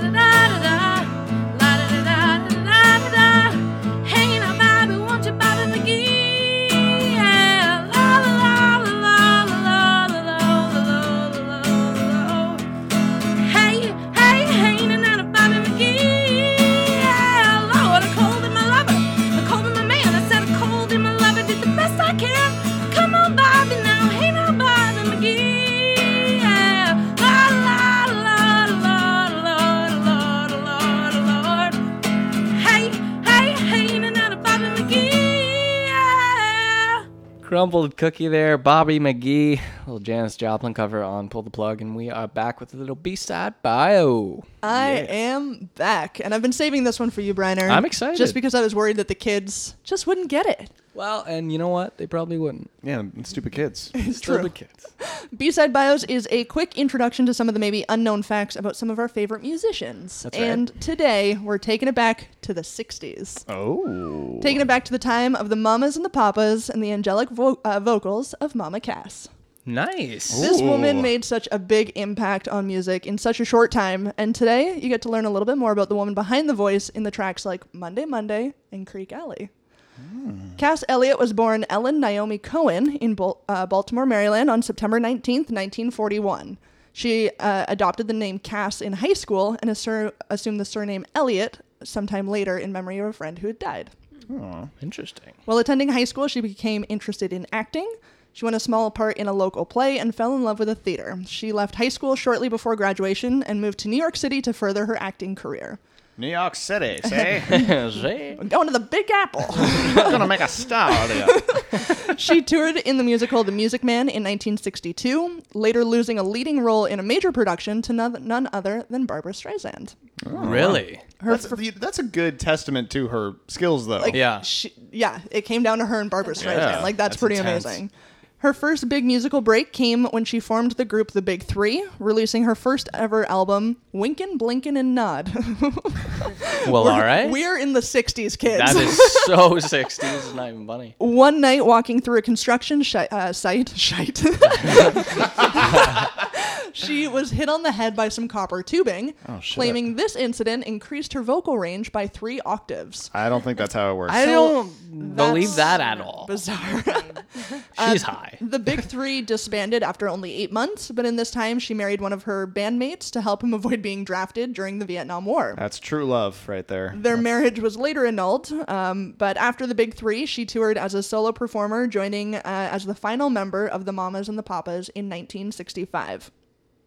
da da da da. La da da da da da da. Hanging out, Bobby, won't you, Bobby McGee? Yeah. La la la la la la la la la la la. Hey, hey, hey, na na na, Bobby McGee. Yeah, Lord, I called him my lover. I called him my man. I said I called him my lover. Did the best I can. Come on, Bobby, now. Hey, now, Bobby McGee. Yeah, la la la la la la la la. Hey, hey, hey, na na na, Bobby McGee. Yeah.
Crumbled Cookie there, Bobby McGee, little Janis Joplin cover on Pull the Plug, and we are back with a little B side bio.
I am back, and I've been saving this one for you, Briner.
I'm excited.
Just because I was worried that the kids just wouldn't get it.
Well, and you know what? They probably wouldn't.
Yeah, and stupid kids.
It's
Still the kids.
B-side bios is a quick introduction to some of the maybe unknown facts about some of our favorite musicians.
That's right.
and today we're taking it back to the 60s.
Oh.
Taking it back to the time of the mamas and the papas and the angelic vo- uh, vocals of Mama Cass.
Nice.
This
Ooh.
woman made such a big impact on music in such a short time, and today you get to learn a little bit more about the woman behind the voice in the tracks like Monday Monday and Creek Alley. Cass Elliot was born Ellen Naomi Cohen in Bal- uh, Baltimore, Maryland on September 19th, 1941. She uh, adopted the name Cass in high school and assur- assumed the surname Elliot sometime later in memory of a friend who had died.
Interesting.
While attending high school, she became interested in acting. She won a small part in a local play and fell in love with the theater. She left high school shortly before graduation and moved to New York City to further her acting career.
New York City, see?
Zay.
I'm going to the Big Apple.
I'm gonna make a star out of you.
she toured in the musical The Music Man in 1962, later losing a leading role in a major production to none, none other than Barbara Streisand.
really?
That's, the- that's a good testament to her skills, though.
Like,
Yeah.
she, yeah, it came down to her and Barbara Streisand.
Yeah,
like that's,
that's
pretty
intense.
amazing. Her first big musical break came when she formed the group The Big Three, releasing her first ever album, Winkin', Blinkin', and Nod.
Well, all right.
We're in the 60s, kids.
That is so 60s. It's not even funny.
One night, walking through a construction shi- uh, site, shite. she was hit on the head by some copper tubing.
Oh,
Claiming this incident increased her vocal range by three octaves.
I don't think that's how it works.
I don't
that's
believe that at all.
Bizarre. Uh,
She's high.
the Big Three disbanded after only eight months, but in this time, she married one of her bandmates to help him avoid being drafted during the Vietnam War.
That's true love right there.
Their marriage was later annulled, um, but after the Big Three, she toured as a solo performer, joining uh, as the final member of the Mamas and the Papas in 1965.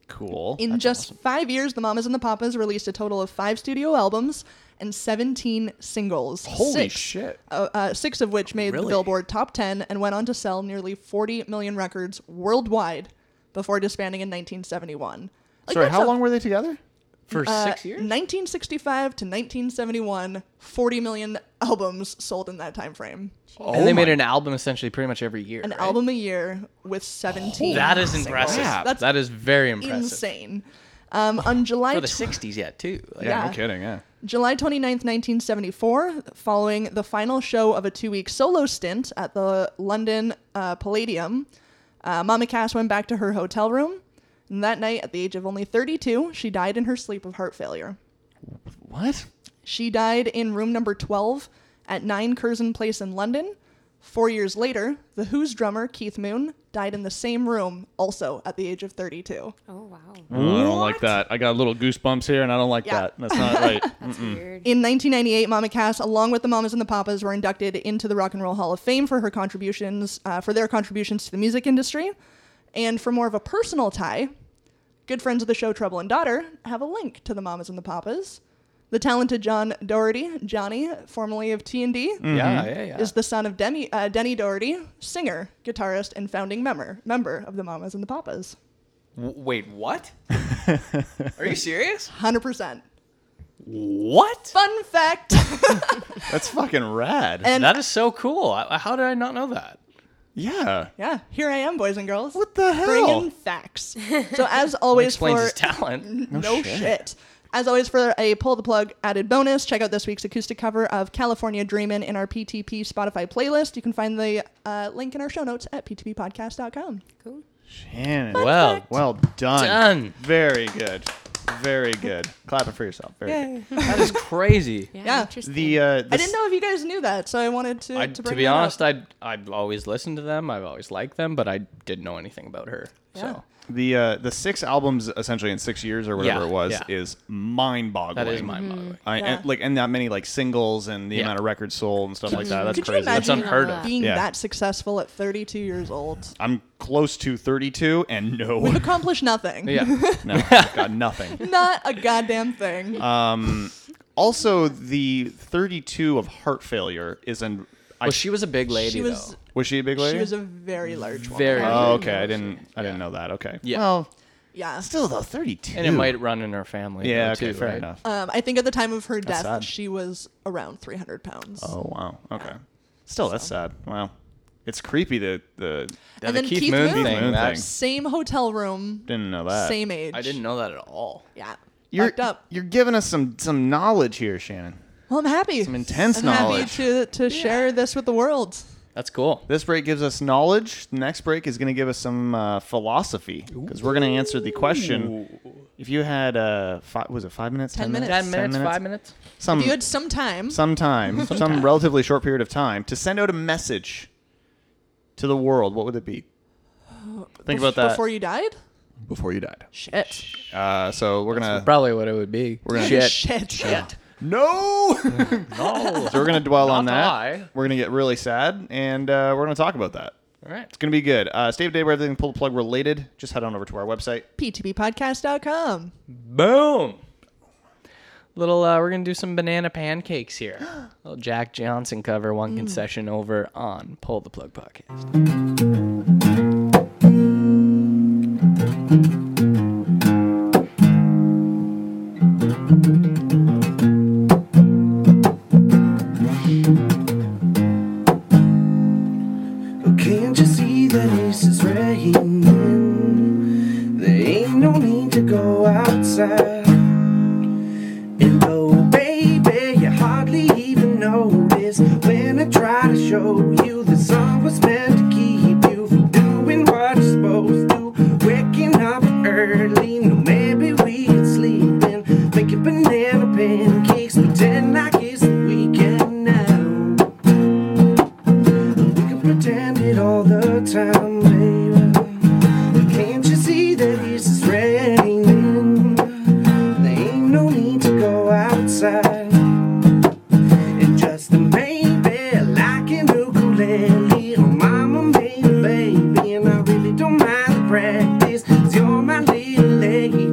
Cool.
In just five years, the Mamas and the Papas released a total of five studio albums and 17 singles.
Holy
six,
shit.
uh, uh, six of which made the
Really?
Billboard top 10 and went on to sell nearly 40 million records worldwide before disbanding in 1971. Like,
Sorry,
that's
how
a-
long were they together?
For
uh,
six years?
1965 to 1971, 40 million albums sold in that time frame.
and they made an album essentially pretty much every year.
Oh An
right?
album a year with 17.
That is
singles.
impressive.
That's
that is very impressive.
insane. Um, on July
For the
tw-
60s yet, too. Like,
Yeah.
No kidding, yeah.
July 29th, 1974, following the final show of a two week solo stint at the London uh, Palladium, uh, Mama Cass went back to her hotel room. And that night, at the age of only 32, she died in her sleep of heart failure.
What?
She died in room number 12 at 9 Curzon Place in London. Four years later, The Who's drummer, Keith Moon, died in the same room, also at the age of 32.
Oh wow,
I don't like that. I got little goosebumps here, and I don't like
Yeah.
that. That's not right.
that's weird.
In 1998, Mama Cass, along with the Mamas and the Papas, were inducted into the Rock and Roll Hall of Fame for her contributions, uh, for their contributions to the music industry, and for more of a personal tie. Good friends of the show, Trouble and Daughter, have a link to the Mamas and the Papas. The talented John Doherty, Johnny, formerly of T and D,
Mm-hmm. Yeah, yeah, yeah.
is the son of Demi, uh, Denny Doherty, singer, guitarist, and founding member member of the Mamas and the Papas.
W- wait, what? Are you serious?
Hundred percent.
What?
Fun fact.
That's fucking rad.
and
That is so cool. I, how did I not know that?
yeah.
yeah, here I am, boys and girls.
What the
Bring
hell?
in facts. So as always,
Explains
for
his talent.
no, shit. As always, for a pull the plug added bonus, check out this week's acoustic cover of California Dreamin' in our PTP Spotify playlist. You can find the uh, link in our show notes at ptppodcast.com.
Cool.
Shannon.
Well,
well done.
Done.
Very good. Very good. Clapping for yourself. Very good.
that is crazy.
Yeah,
Yeah.
interesting.
The, uh, the
I didn't know if you guys knew that, so I wanted to.
I,
to,
to,
bring
be
that
honest,
up.
I I've always listened to them. I've always liked them, but I didn't know anything about her. So
the uh, the six albums essentially in six years or whatever
Yeah,
it was
yeah.
is mind boggling.
that is mind-boggling.
I,
Mm-hmm. Yeah.
and, like and that many like singles and the
Yeah.
amount of records sold and stuff like that. That's
Could
crazy.
you imagine
That's unheard of.
being
Yeah.
that successful at 32 years old?
I'm close to 32 and no,
We've accomplished nothing.
Yeah,
no, got nothing. Um,
Not a goddamn thing.
Uh, Also, the 32 of heart failure is an. I,
well, she was a big lady.
she was
though.
was she a big lady?
she was a very large woman.
very.
oh, okay. I didn't. I didn't know that. Okay.
Yeah.
Well,
Yeah.
still though, 32.
and it might run in her family.
Yeah.
though,
okay.
too,
fair
right?
enough.
Um, I think at the time of her death,
sad.
she was around 300 pounds.
Oh wow. Okay. Still, that's sad. Wow. It's creepy. The the
Yeah,
And
the
then
Keith,
Keith
Moon,
Moon.
thing.
Moon
that-
thing.
Same hotel room,
didn't know that.
same age.
I didn't know that at all.
Yeah.
You're
Fucked up.
you're giving us some some knowledge here, Shannon.
Well, I'm happy.
Some intense
I'm
knowledge.
happy to, to share this with the world.
That's cool.
This break gives us knowledge. The next break is going to give us some uh, philosophy because we're going to answer the question: If you had uh, five, was it five minutes, ten,
minutes.
Ten minutes, five minutes.
some
You had some time.
some time, some relatively short period of time to send out a message to the world, what would it be? Think about that
Before you died?
before you died.
Shit.
Uh, so we're gonna
Probably what it would be.
we're gonna
Shit.
Shit. Shit.
no.
Oh,
so we're gonna dwell on
Not
that.
I.
We're gonna get really sad, and uh, we're gonna talk about that.
all right.
It's gonna be good. Uh, stay up to date with everything pull the plug related. Just head on over to our website.
PTBpodcast.com.
Boom. Little, uh, we're gonna do some banana pancakes here. Little Jack Johnson cover, one
Mm.
concession over on Pull the Plug podcast.
Oh, can't you see that it's is raining? There ain't no need to go outside. And oh, baby, you hardly even notice when I try to show you the song was meant to keep you from doing what you're supposed to. Waking up early, no, maybe we could sleep in. Making banana pancakes, pretend like it's the weekend now. We can pretend it all the time, baby. Can't you see that this is raining? There ain't no need to go outside. And just a maybe, like an ukulele. Oh, mama made a baby, and I really don't mind the practice. Cause you're my little lady.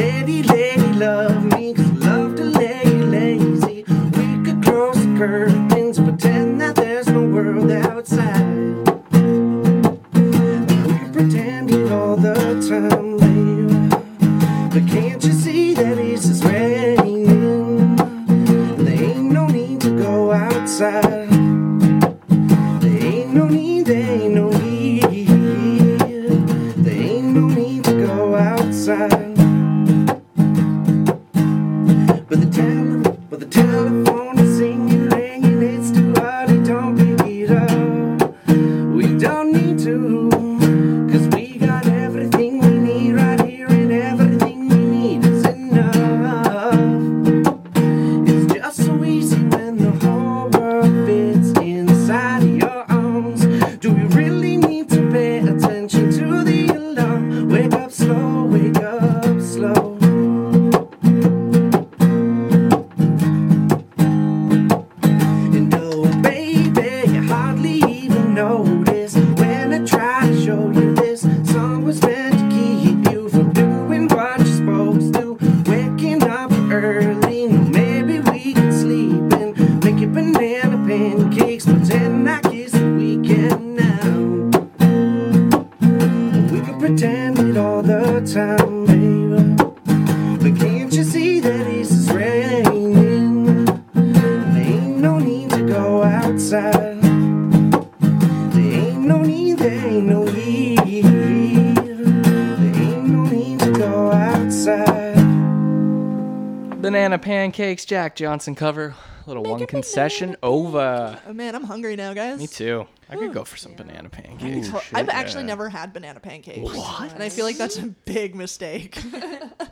Lady, lady, love me. Cause love to lay you lazy. We could close the curtains, pretend that there's no world outside. We could pretend it all the time, babe. But can't you see that it's just raining? There ain't no need to go outside. There ain't no need, there ain't no need. There ain't no need to go outside. But the tele, but the telephone is singing, ringing. It's too early, don't pick it up. We don't need to, cause we got everything we need right here, and everything we need is enough. It's just so easy when the whole world fits inside your arms. Do we really need to pay attention to the alarm? Wake up slow, wake up slow. And oh, baby, you hardly even notice when I try to show you this. Song was meant to keep you from doing what you're supposed to. Waking up early, no, maybe we can sleep in. Make your banana pancakes, pretend like it's the weekend now. We can pretend it all the time, baby. But can't you see that it's raining? There ain't no need to go outside. There ain't no need, there ain't no need. There ain't no need to go outside.
Banana pancakes, Jack Johnson cover. Little one concession over.
Oh man, I'm hungry now, guys.
Me too. I could go for some banana pancakes.
Well, I've actually never had banana pancakes. What? And I feel like that's a big mistake.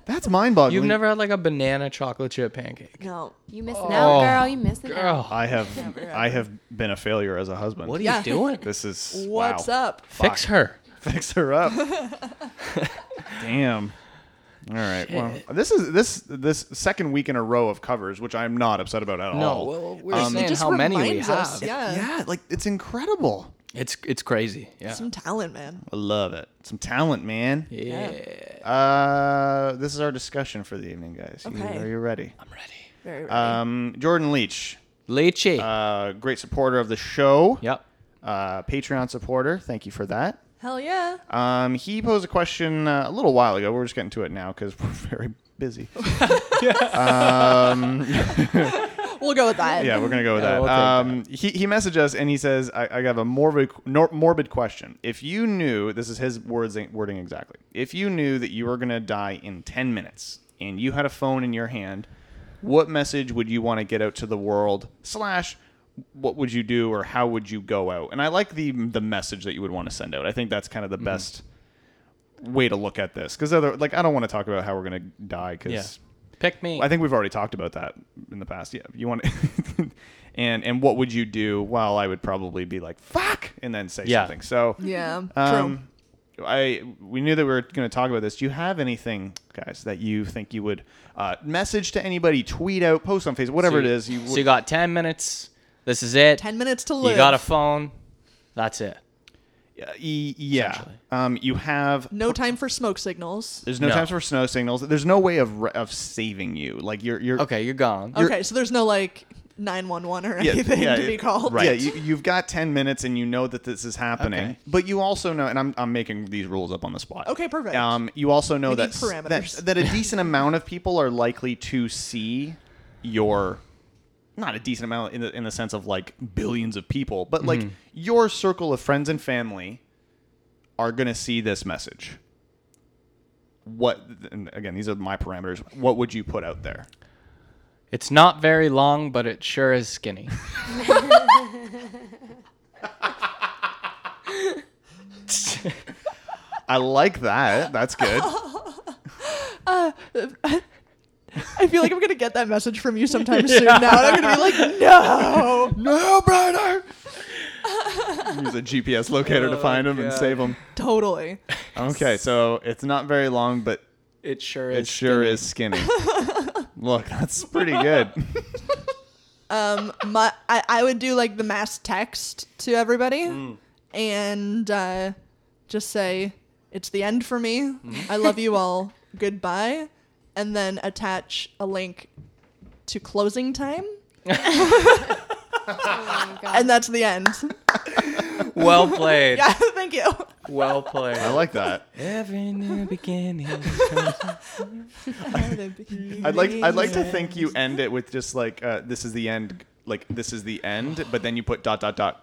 That's mind boggling.
You've never had like a banana chocolate chip pancake.
no.
You missing out,
Oh,
girl. You missing out.
Girl,
I have. I have been a failure as a husband.
what are
Yeah.
you doing?
This is
What's
wow.
up?
Fix her.
Fix her up. Damn. All right. Well, this is this this second week in a row of covers, which I'm not upset about at
No,
all.
well, we're
Um,
saying
Just
how many we
reminds
have.
us. Yeah.
yeah, like it's incredible.
It's it's crazy. Yeah.
Some talent, man.
I love it. Some talent, man.
yeah.
Uh, this is our discussion for the evening, guys. You-
Okay.
are you ready?
I'm ready.
Very right.
Um, Jordan Leach,
Leche.
uh, great supporter of the show.
yep.
Uh, Patreon supporter. Thank you for that.
Hell yeah.
Um, he posed a question uh, a little while ago. We're just getting to it now because we're very busy. Um,
We'll go with that.
yeah, we're gonna go with
Yeah,
that.
we'll take
um, He he messaged us and he says, "I, I have a morbid nor, morbid question. If you knew this is his words wording exactly. If you knew that you were gonna die in ten minutes and you had a phone in your hand, what message would you want to get out to the world? Slash, what would you do or how would you go out? And I like the the message that you would want to send out. I think that's kind of
Mm-hmm.
the best way to look at this because other like I don't want to talk about how we're gonna die because.
Yeah. Pick me.
I think we've already talked about that in the past. Yeah, you want and and what would you do? Well, I would probably be like fuck and then say
Yeah.
something. So
Yeah. True.
um, I we knew that we were going to talk about this. Do you have anything, guys, that you think you would uh, message to anybody, tweet out, post on Facebook, whatever it is? You
so
would,
you got 10 minutes. This is it.
10 minutes to live.
You got a phone. That's it.
Yeah, e- yeah. Um, you have
No time for smoke signals.
there's no,
No.
times for snow signals. There's no way of re- of saving you. Like you're you're
Okay, you're gone.
Okay, so there's no like 911 or anything to be called.
Right. Yeah, you, you've got 10 minutes and you know that this is happening.
Okay.
But you also know, and I'm, I'm making these rules up on the spot.
Okay, Oh, perfect.
Um, you also know
We
that,
need
that,
parameters.
that a decent amount of people are likely to see your, not a decent amount in the, in the sense of like billions of people, but
Mm-hmm.
like your circle of friends and family are going to see this message. What, and again, these are my parameters. What would you put out there?
It's not very long, but it sure is skinny.
I like that. That's good.
Uh, I feel like I'm gonna get that message from you sometime soon. Now and I'm gonna be like, no,
No, brother. Use a GPS locator
Oh,
to find him and save him.
totally.
Okay, so it's not very long, but
It sure
it
is.
sure is skinny. Look, that's pretty good.
Um, my I, I would do like the mass text to everybody, and uh, just say it's the end for me. I love you all. Goodbye, and then attach a link to closing time,
Oh my God.
and that's the end.
Well played.
yeah, thank you.
Well played.
I like that.
Every new beginning.
I'd like I'd like to think you end it with just like uh, this is the end. Like this is the end, but then you put dot dot dot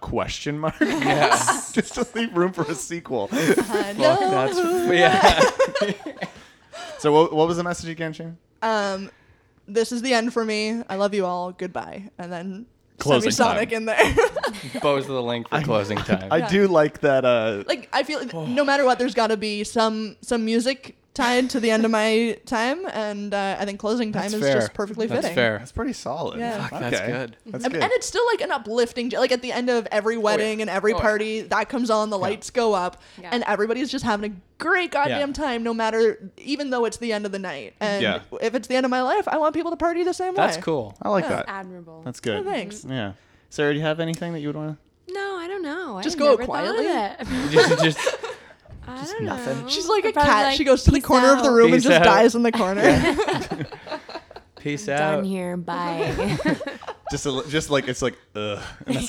question mark. Yes. just to leave room for a sequel.
That's yeah.
So what, what was the message again, Shane?
um, this is the end for me. I love you all. Goodbye, and then
Closing
Sonic
time.
in there.
Pose the link for closing time.
I do like that. Uh,
like I feel
Oh.
no matter what, there's got to be some some music tied to the end of my time, and uh, I think closing time
That's
is
fair.
just perfectly
That's
fitting.
fair.
that's pretty solid.
Yeah. Fuck,
that's good.
That's
And,
good.
and it's still like an uplifting, like at the end of every wedding and every
Oh, yeah.
party that comes on, the lights go up,
Yeah.
and everybody's just having a great goddamn
Yeah.
time, no matter even though it's the end of the night. And
Yeah.
if it's the end of my life, I want people to party the same way.
That's cool.
I like that.
Admirable.
That's good.
thanks.
Yeah. Sarah, do you have anything that you would want
No, I don't know. I
Just go
never thought of
quietly?
that.
just, just
I don't
nothing.
know.
She's like
I'd
a
probably
cat.
like,
she goes to the
"Peace
corner of the
out.
room and
Peace
just
out.
dies in the corner.
peace
Done
out.
here. Bye.
to? Just, a, just like it's like, ugh, and that's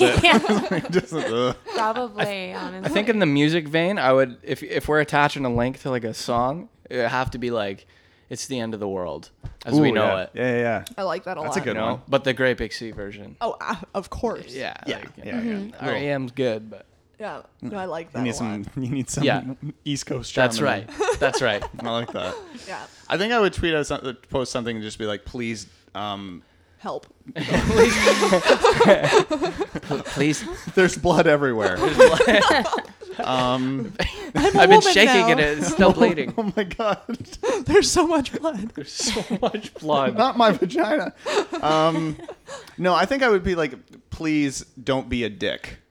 it. just like, ugh.
Probably,
uh,
honestly.
I think in the music vein, I would if if we're attaching a link to like a song, it would have to be like it's the end of the world as we
Ooh,
know
yeah.
it.
Yeah, yeah, yeah.
I like that a
That's a
lot.
You
good
know,
one.
but the Great Big Sea version.
Oh, uh, of course.
Yeah.
Yeah,
like,
yeah, yeah.
Mm-hmm.
Little-
REM's good, but
Yeah. No, I like that.
You
a
need
lot.
some. You need some
Yeah.
East Coast.
that's
charm in
right.
there.
That's right.
I like that.
Yeah.
I think I would tweet out something, post something, and just be like, "Please, um,
Help.
Please.
there's blood everywhere." Um,
I've been
woman
shaking
now.
it. It's still bleeding.
oh my god,
There's so much blood.
There's so much blood.
not my vagina. Um, no, I think I would be like, "Please don't be a dick."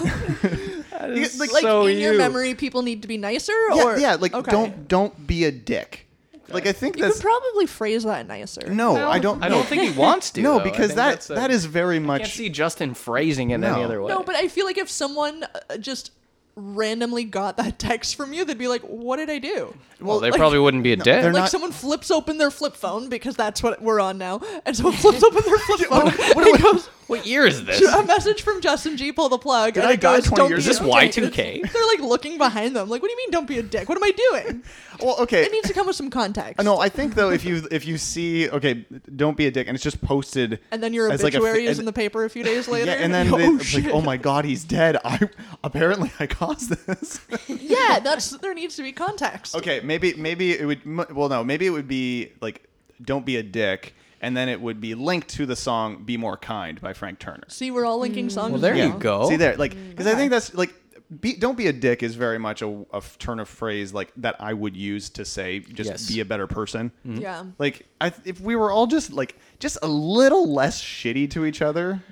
You get, like,
Like
So
in your
you.
memory, people need to be nicer,
yeah,
or
yeah, like
Okay.
don't don't be a dick. Like I think
You
that's
could probably phrase that nicer.
no, I don't.
I don't think he wants to.
No,
though. I
because
think
that
that's a-
that is very
I can't
much.
see Justin phrasing it any
No.
other way.
no, but I feel like if someone uh, just randomly got that text from you, they'd be like, "What did I do?"
well, they
like-
probably wouldn't be a dick.
they're
Like
not-
someone flips open their flip phone because that's what we're on now, and someone flips open their flip phone. and it goes,
what year is this?
a message from Justin G. Pull the plug. Did and
I
it
die
goes,
20
"Don't
years
be a
ago?"
dick."
Y2K?
They're like looking behind them, like, "What do you mean? Don't be a dick. What am I doing?"
Well, okay.
It needs to come with some context.
no, I think though if you if you see okay, don't be a dick, and it's just posted,
And then your
as, like, a
obituary
fa-
is in the paper a few days later.
yeah, and then
oh,
they, it's
shit.
like oh my god, he's dead. I apparently I caused this.
yeah, that's there needs to be context.
okay, maybe maybe it would m- well no, maybe it would be like don't be a dick, and then it would be linked to the song "Be More Kind" by Frank Turner.
See, we're all linking songs.
Well, there
now.
you go.
See there, like,
Mm,
because I think that's like, be, don't be a dick is very much a, a f- turn of phrase like that I would use to say just
Yes. Mm-hmm.
be a better person.
Yeah.
Like, I, th- if we were all just like just a little less shitty to each other,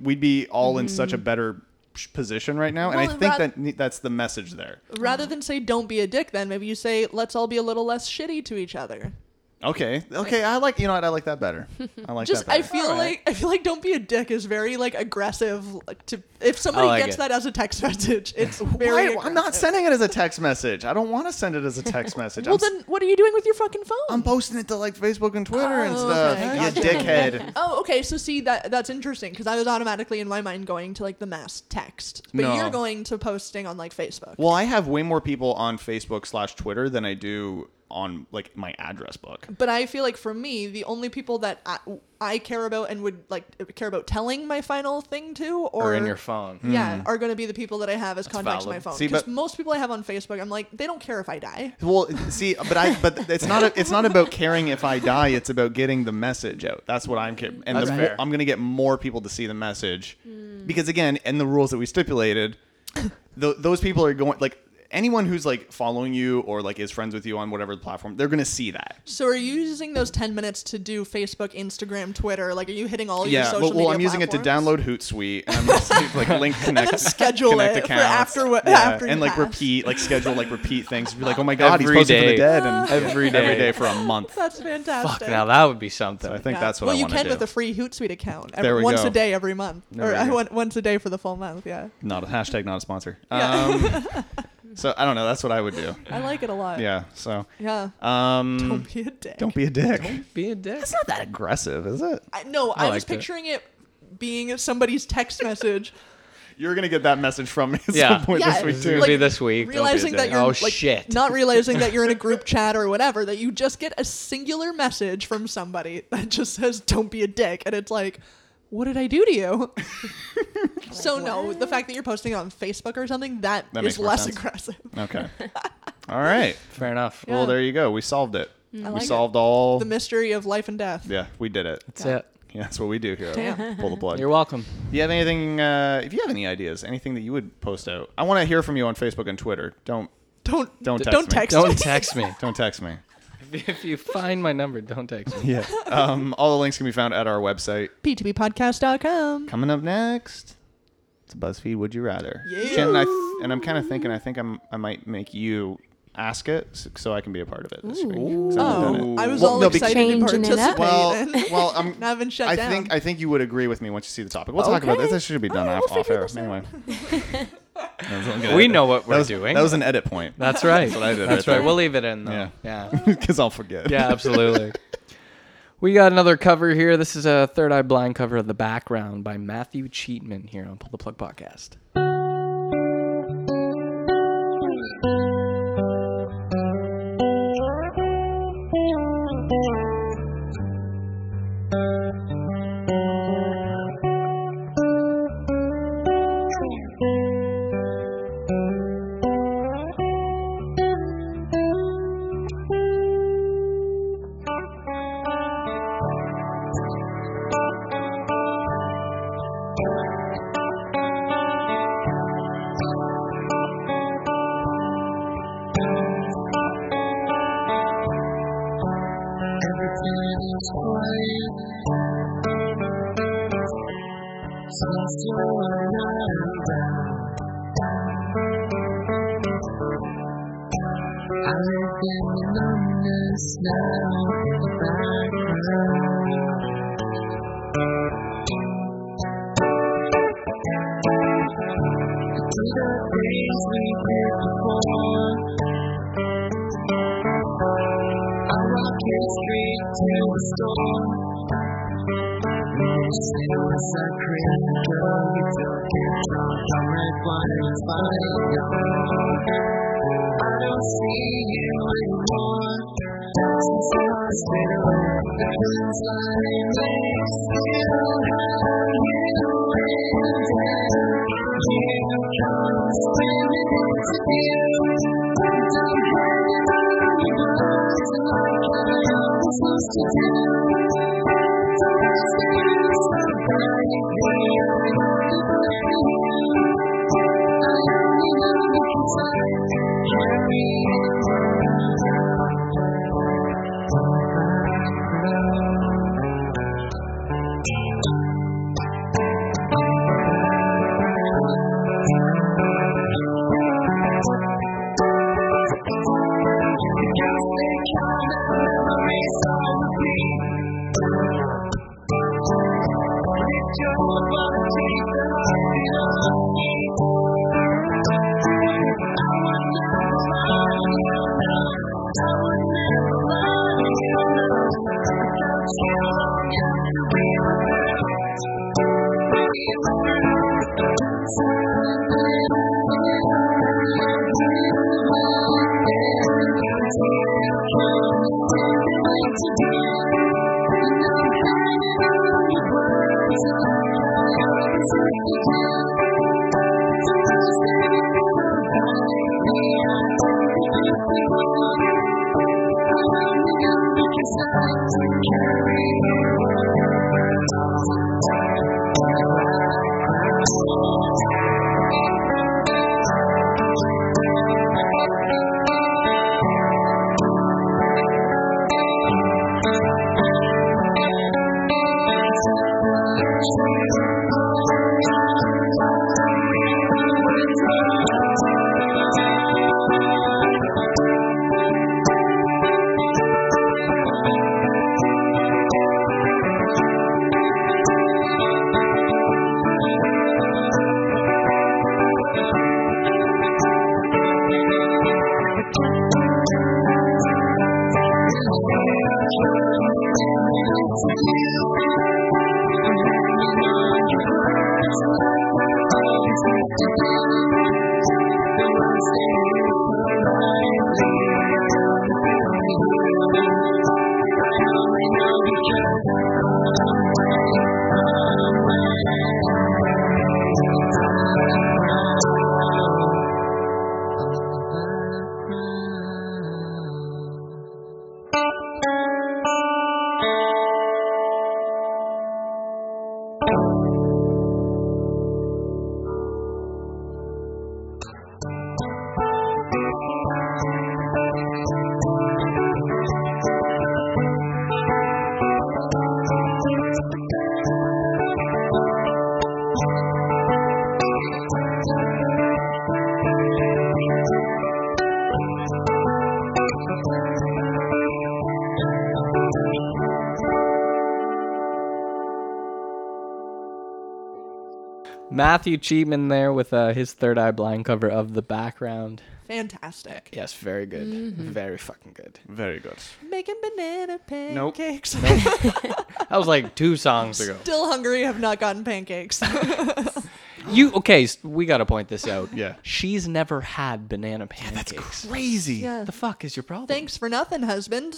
we'd be all in such a better sh- position right now. and
Mm-hmm. Well,
I
it rath-
think that ne- that's the message there.
Rather than say "don't be a dick," then maybe you say "let's all be a little less shitty to each other."
Okay. Okay. I like. You know what? I like that better. I like
Just
that. Better.
I feel like I feel like don't be a dick is very like aggressive like, to if
Oh,
somebody
like
gets
it.
that as a text message, it's very
Why- I'm not sending it as a text message. I don't want to send it as a text message.
Well
I'm,
then what are you doing with your fucking phone?
I'm posting it to like Facebook and Twitter and
Oh,
stuff.
okay.
You dickhead.
Oh, okay. So see that that's interesting because I was automatically in my mind going to like the mass text, but
No.
you're going to posting on like Facebook.
Well, I have way more people on Facebook slash Twitter than I do on like my address book.
But I feel like for me, the only people that I, I care about and would like care about telling my final thing to, or,
or in your phone.
Hmm.
yeah, are going to be the people that I have as contacts on my
valid.
phone.
See,
Because
but-
most people I have on Facebook, I'm like, they don't care if I die.
Well, see, but I but it's not it's not about caring if I die. It's about getting the message out. That's what I'm caring. And
That's
the mo-
fair.
I'm gonna get more people to see the message because again, in the rules that we stipulated, tho- those people are going like anyone who's like following you or like is friends with you on whatever platform, they're gonna see that.
So are you using those ten minutes to do Facebook, Instagram, Twitter? Like, are you hitting all your
yeah.
social
Well,
media
well, I'm using it to
platforms?
download Hootsuite and I'm gonna like link connect
Schedule
connect
it for
accounts.
after what-
yeah,
after you
and like
pass.
repeat like schedule like repeat things. Be like, oh my god,
Every
he's posting for
day.
the dead and
Every day.
every day for a month.
That's fantastic.
Fuck, now that would be something.
I think
Yeah.
that's what
well,
I
you
want to
can
do.
with a free Hootsuite account. Every,
There we
once
go.
a day, every month,
There
or
we
I
go.
want once a day for the full month. Yeah,
Not a hashtag, not a sponsor.
Yeah.
Um, so I don't know. That's what I would do.
I like it a lot.
Yeah. So
yeah.
um,
Don't be a dick.
don't be a dick.
Be a dick.
It's not that aggressive, is it?
I, no, I, was
liked it.
picturing it. being somebody's text message,
You're gonna get that message from me at
Yeah.
some point
Yeah.
this week
This is
too.
gonna be this week.
realizing that you're
Oh
like,
shit!
not realizing that you're in a group chat or whatever, that you just get a singular message from somebody that just says "Don't be a dick," and it's like, what did I do to you? so no, the fact that you're posting on Facebook or something that,
That
that is
makes more
less
sense.
aggressive.
okay. All right.
Fair enough.
Yeah. Mm-hmm.
Well, there you go. We solved it. we
like it.
solved all.
The mystery of life and death.
yeah, we did it.
That's it.
Yeah, that's what we do here.
Damn.
Pull the plug.
You're welcome.
Do you have anything? Uh, if you have any ideas, anything that you would post out, I want to hear from you on Facebook and Twitter. Don't
Don't
Don't text
don't
me.
text me.
Don't text me.
don't text me.
if you find my number, don't text me.
Yeah. um, all the links can be found at our website.
p2bpodcast.com.
Coming up next, it's BuzzFeed Would You Rather.
Yeah.
Jen, and, I th- and I'm kind of thinking, I think I'm, I might make you ask it s- so I can be a part of it this week. 'cause I haven't done
Oh,
it.
I was
Well,
all
no, because-
excited to
Changing it up.
participate.
Well,
in.
well, I'm.
Now I've been shut
I
down.
think I think you would agree with me once you see the topic. We'll talk about this. This should be done off, off air. Anyway. That was- I'm gonna
We
edit.
know what
That
we're
was-
doing.
That was an edit point.
That's right.
what I did right
That's right.
there.
We'll leave it in though.
Yeah.
Yeah.
Because I'll forget.
Yeah, absolutely. we got another cover here. This is a Third Eye Blind cover of The Background by Matthew Cheatman here on Pull the Plug Podcast.
Thank
Matthew Cheatman there with uh, his Third Eye Blind cover of The Background.
Fantastic. Mm-hmm.
Yes, very good. Very fucking good.
Very good.
Making banana
Nope.
pancakes.
That was like two songs ago.
Still hungry, have not gotten pancakes.
You okay? s- We got to point this out.
Yeah.
she's never had banana pancakes.
Crazy.
yeah.
The fuck is your problem?
Thanks for nothing, husband.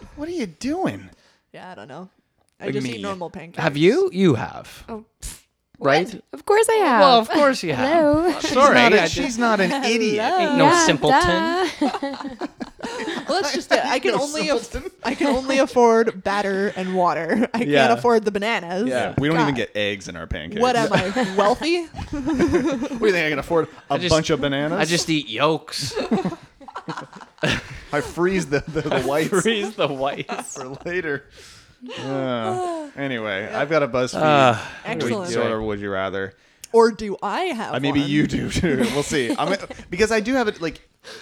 What are you doing?
Yeah, I don't know. I
Like
just
me.
eat normal pancakes.
Have you? You have.
Oh, pfft,
Right?
what? Of course I have.
Well, of course you have.
Hello.
Sorry,
Not a-
I just-
she's not an idiot.
ain't no
Yeah,
simpleton.
duh.
Well, that's just it. I can
No
only aff- I can only afford batter and water. I
Yeah.
can't afford the bananas.
Yeah, we don't even
God.
get eggs in our pancakes.
What am I wealthy?
What do you think I can afford? A
just-
bunch of bananas.
I just eat yolks.
I freeze the the, the whites
Freeze the whites.
for later. Uh, anyway, I've got a BuzzFeed.
Ah,
Excellent.
Sort of would you rather?
Or do I have?
Uh, maybe
one?
you do too. We'll see. I'm gonna- because I do have it like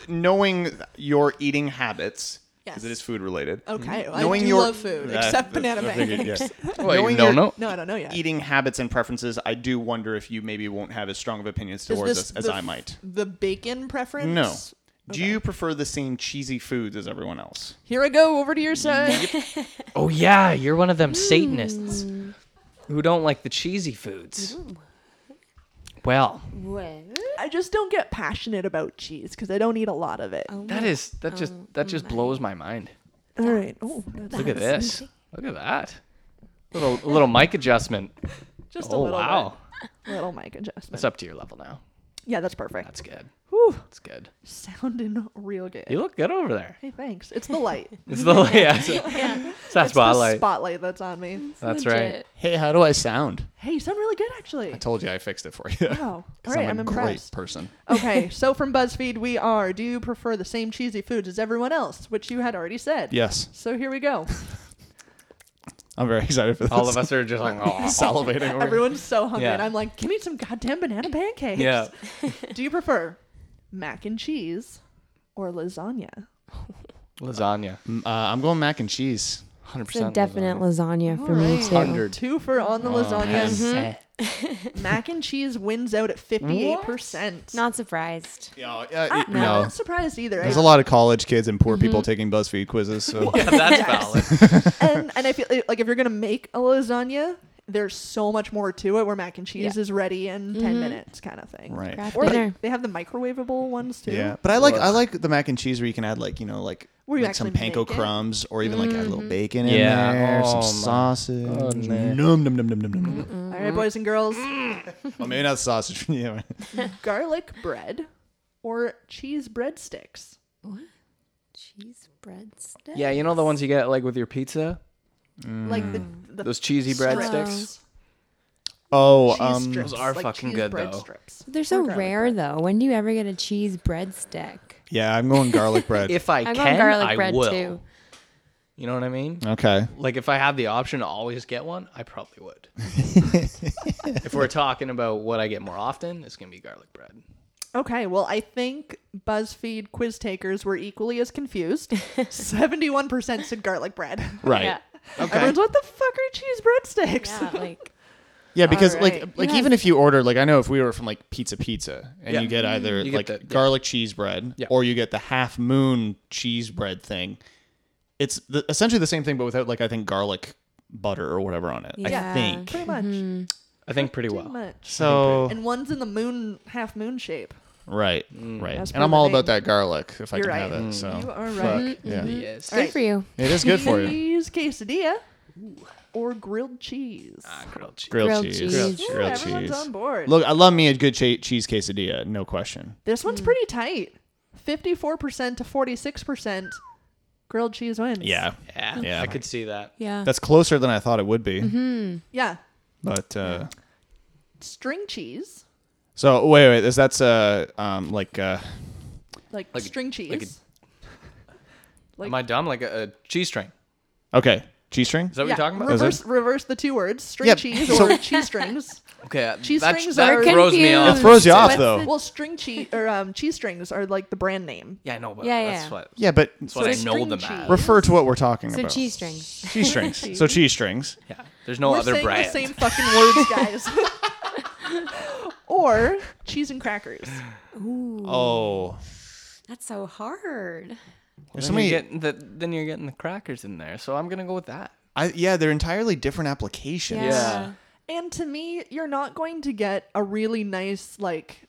knowing your eating habits because
Yes.
it is food related.
Okay, well, I
Knowing
do
your-
love food
That-
except banana
I figured,
pancakes.
yeah.
Well,
Knowing
you don't
your-
know.
No, I don't know yet.
Eating habits and preferences, I do wonder if you maybe won't have as strong of opinions
Is
towards
this
us as
the-
I might.
The bacon preference.
No. Do you prefer the same cheesy foods as everyone else?
Here I go over to your side.
Oh yeah, you're one of them Satanists
Mm.
who don't like the cheesy foods. Well,
I just don't get passionate about cheese because I don't eat a lot of it.
Mm.
that is that just that just blows my mind.
All right. Oh, that's
Look at this. Look at that. Little little mic adjustment.
just a
Oh
little
wow,
bit. Little mic adjustment.
that's up to your level now.
Yeah, that's perfect.
That's good.
Whew.
That's good.
Sounding real good.
You look good over there.
Hey, thanks. It's the light.
It's the yeah. It's, it's that
It's the
spotlight.
spotlight that's on me.
That's right.
Legit.
Hey, how do I sound?
Hey, you sound really good actually.
I told you I fixed it for you.
Wow. All right, I'm,
I'm a great
impressed.
person.
okay, so from BuzzFeed, we are. Do you prefer the same cheesy foods as everyone else? Which you had already said.
Yes,
So here we go.
I'm very excited for this.
All of us are just like, oh.
salivating over.
Everyone's so hungry,
Yeah.
and I'm like, give me some goddamn banana pancakes.
yeah.
Do you prefer mac and cheese or lasagna?
Lasagna.
Uh, I'm going mac and cheese.
It's a
100%.
definite lasagna for me too.
Hundred.
Oh,
Two for on the lasagna. Mm-hmm. Mac and cheese wins out at 58%.
Not surprised.
I'm
no.
not surprised either. Mm-hmm. I-
There's a lot of college kids and poor people taking BuzzFeed quizzes. So
Yeah, that's valid.
and and I feel eh, like- like if you're gonna make a lasagna, there's so much more to it. Where mac and cheese
Yeah.
is ready in ten minutes, kind of thing.
right.
Craft
Or like,
dinner.
they have the microwavable ones too.
Yeah, but I like I like the mac and cheese where you can add like you know like,
Where you
like some
actually
panko
make it. Mm-hmm.
crumbs or even like add a little bacon
Yeah.
in there,
Oh,
some
my-
sausage.
oh, no.
num num num num num num.
All right, boys and girls,
Well, maybe not sausage. yeah. right.
garlic bread or cheese breadsticks.
Cheese breads.
Yeah, you know the ones you get like with your pizza, Mm.
Like the, the
those cheesy breadsticks.
strips,
Oh,
cheese
um,
strips,
Those are
like
fucking
cheese
good,
bread
though.
Strips.
They're so rare though. When do you ever get a cheese breadstick?
yeah, I'm going garlic bread.
If I can,
I'm going garlic
I
bread
will.
too.
You know what I mean?
okay,
Like if I have the option to always get one, I probably would. if we're talking about what I get more often, it's gonna be garlic bread.
Okay, well, I think BuzzFeed quiz takers were equally as confused. 71% said garlic bread.
right.
Yeah.
Everyone's, what the fuck are cheese breadsticks?
Yeah, like
Yeah, because like
right.
like
Yeah.
even if you order like I know if we were from like Pizza Pizza and
Yeah.
you get either
You get
like
the- yeah.
garlic cheese bread
Yeah.
or you get the half moon cheese bread thing, it's the, essentially the same thing but without like I think garlic butter or whatever on it. I
Yeah.
think
Pretty much.
I Mm-hmm. think pretty
Too
well.
much.
so.
And one's in the moon, half moon shape.
Right,
Mm.
right.
That's
And I'm
part
all
of the
about that garlic if I
You're
can
right.
have it. So
You are
fuck,
right. Mm-hmm.
Yeah,
Yes.
good for you.
it is good for you.
Cheese quesadilla or grilled cheese.
Ah, Grilled cheese.
Grilled,
Grilled
cheese,
cheese.
Ooh,
grilled
everyone's
cheese.
on board.
Look, I love me a good che- cheese quesadilla, no question.
This one's
Hmm.
pretty tight. 54% to 46% grilled cheese wins.
Yeah,
Yeah,
Yeah.
I could see Mm-hmm. that.
Yeah.
that's closer than I thought it would be.
Mm-hmm. Yeah.
But uh,
String cheese,
So wait, wait, is that's uh um like uh
like,
Like a-
string cheese.
like a-
Like-
Am I dumb? Like a, a cheese string?
okay cheese string?
Is that what you're talking about?
Is it-
Reverse, reverse the two words, string
Yeah,
cheese
so-
or cheese strings.
Okay, uh,
Cheese
that,
strings
that
are
throws me off.
confused.
It throws you
What's
off though.
the-
Well, string cheese or um, cheese strings are like the brand name.
Yeah, I know, but
Yeah,
that's
yeah.
what.
yeah, but
That's what I
So
know
string
them
cheese.
at.
refer to what we're talking
So
about.
cheese strings.
Cheese strings. so cheese strings.
Yeah, there's no
We're
other
saying
brand.
the same fucking words, guys. or cheese and crackers.
Oh,
That's so hard.
Well, then,
There's so many-
you're getting the, then you're getting the crackers in there, so I'm gonna go with that.
I, yeah, they're entirely different applications.
Yeah.
Yeah.
And to me, you're not going to get a really nice like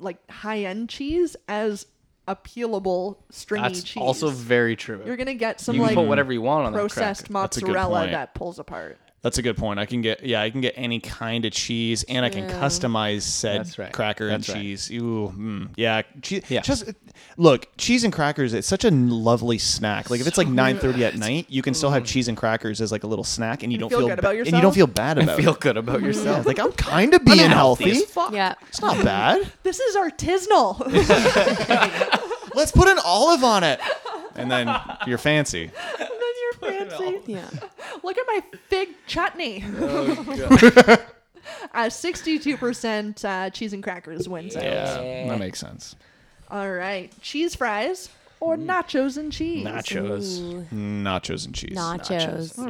like high-end cheese as a peelable stringy
That's
cheese.
also very true.
you're going to get some
you can
like
put whatever you want on that
processed
cracker.
That's a good
mozzarella
point.
that pulls apart.
That's a good point. I can get yeah, I can get any kind of cheese, and I can
Yeah.
customize said
That's right.
cracker
That's
and
right.
cheese. Ooh, mm, yeah, cheese.
Yeah.
Just look, cheese and crackers. It's such a n- lovely snack. Like if it's like nine thirty at night, you can still have cheese and crackers as like a little snack, and you don't
feel
feel
good
ba-
about
and you don't
yourself?
feel bad about
Feel
it.
good about
Yeah,
yourself.
like I'm kind of being
unhealthy
healthy.
as fuck.
Yeah.
It's not bad.
This is artisanal.
Let's put an olive on it. And then you're fancy.
You're fancy.
Yeah.
Look at my fig chutney.
Oh,
uh, 62% uh, cheese and crackers wins out.
Yeah, that makes sense.
All right. Cheese fries or
Mm.
nachos and cheese.
Nachos.
Ooh,
Nachos and cheese.
nachos. Mm-hmm.
All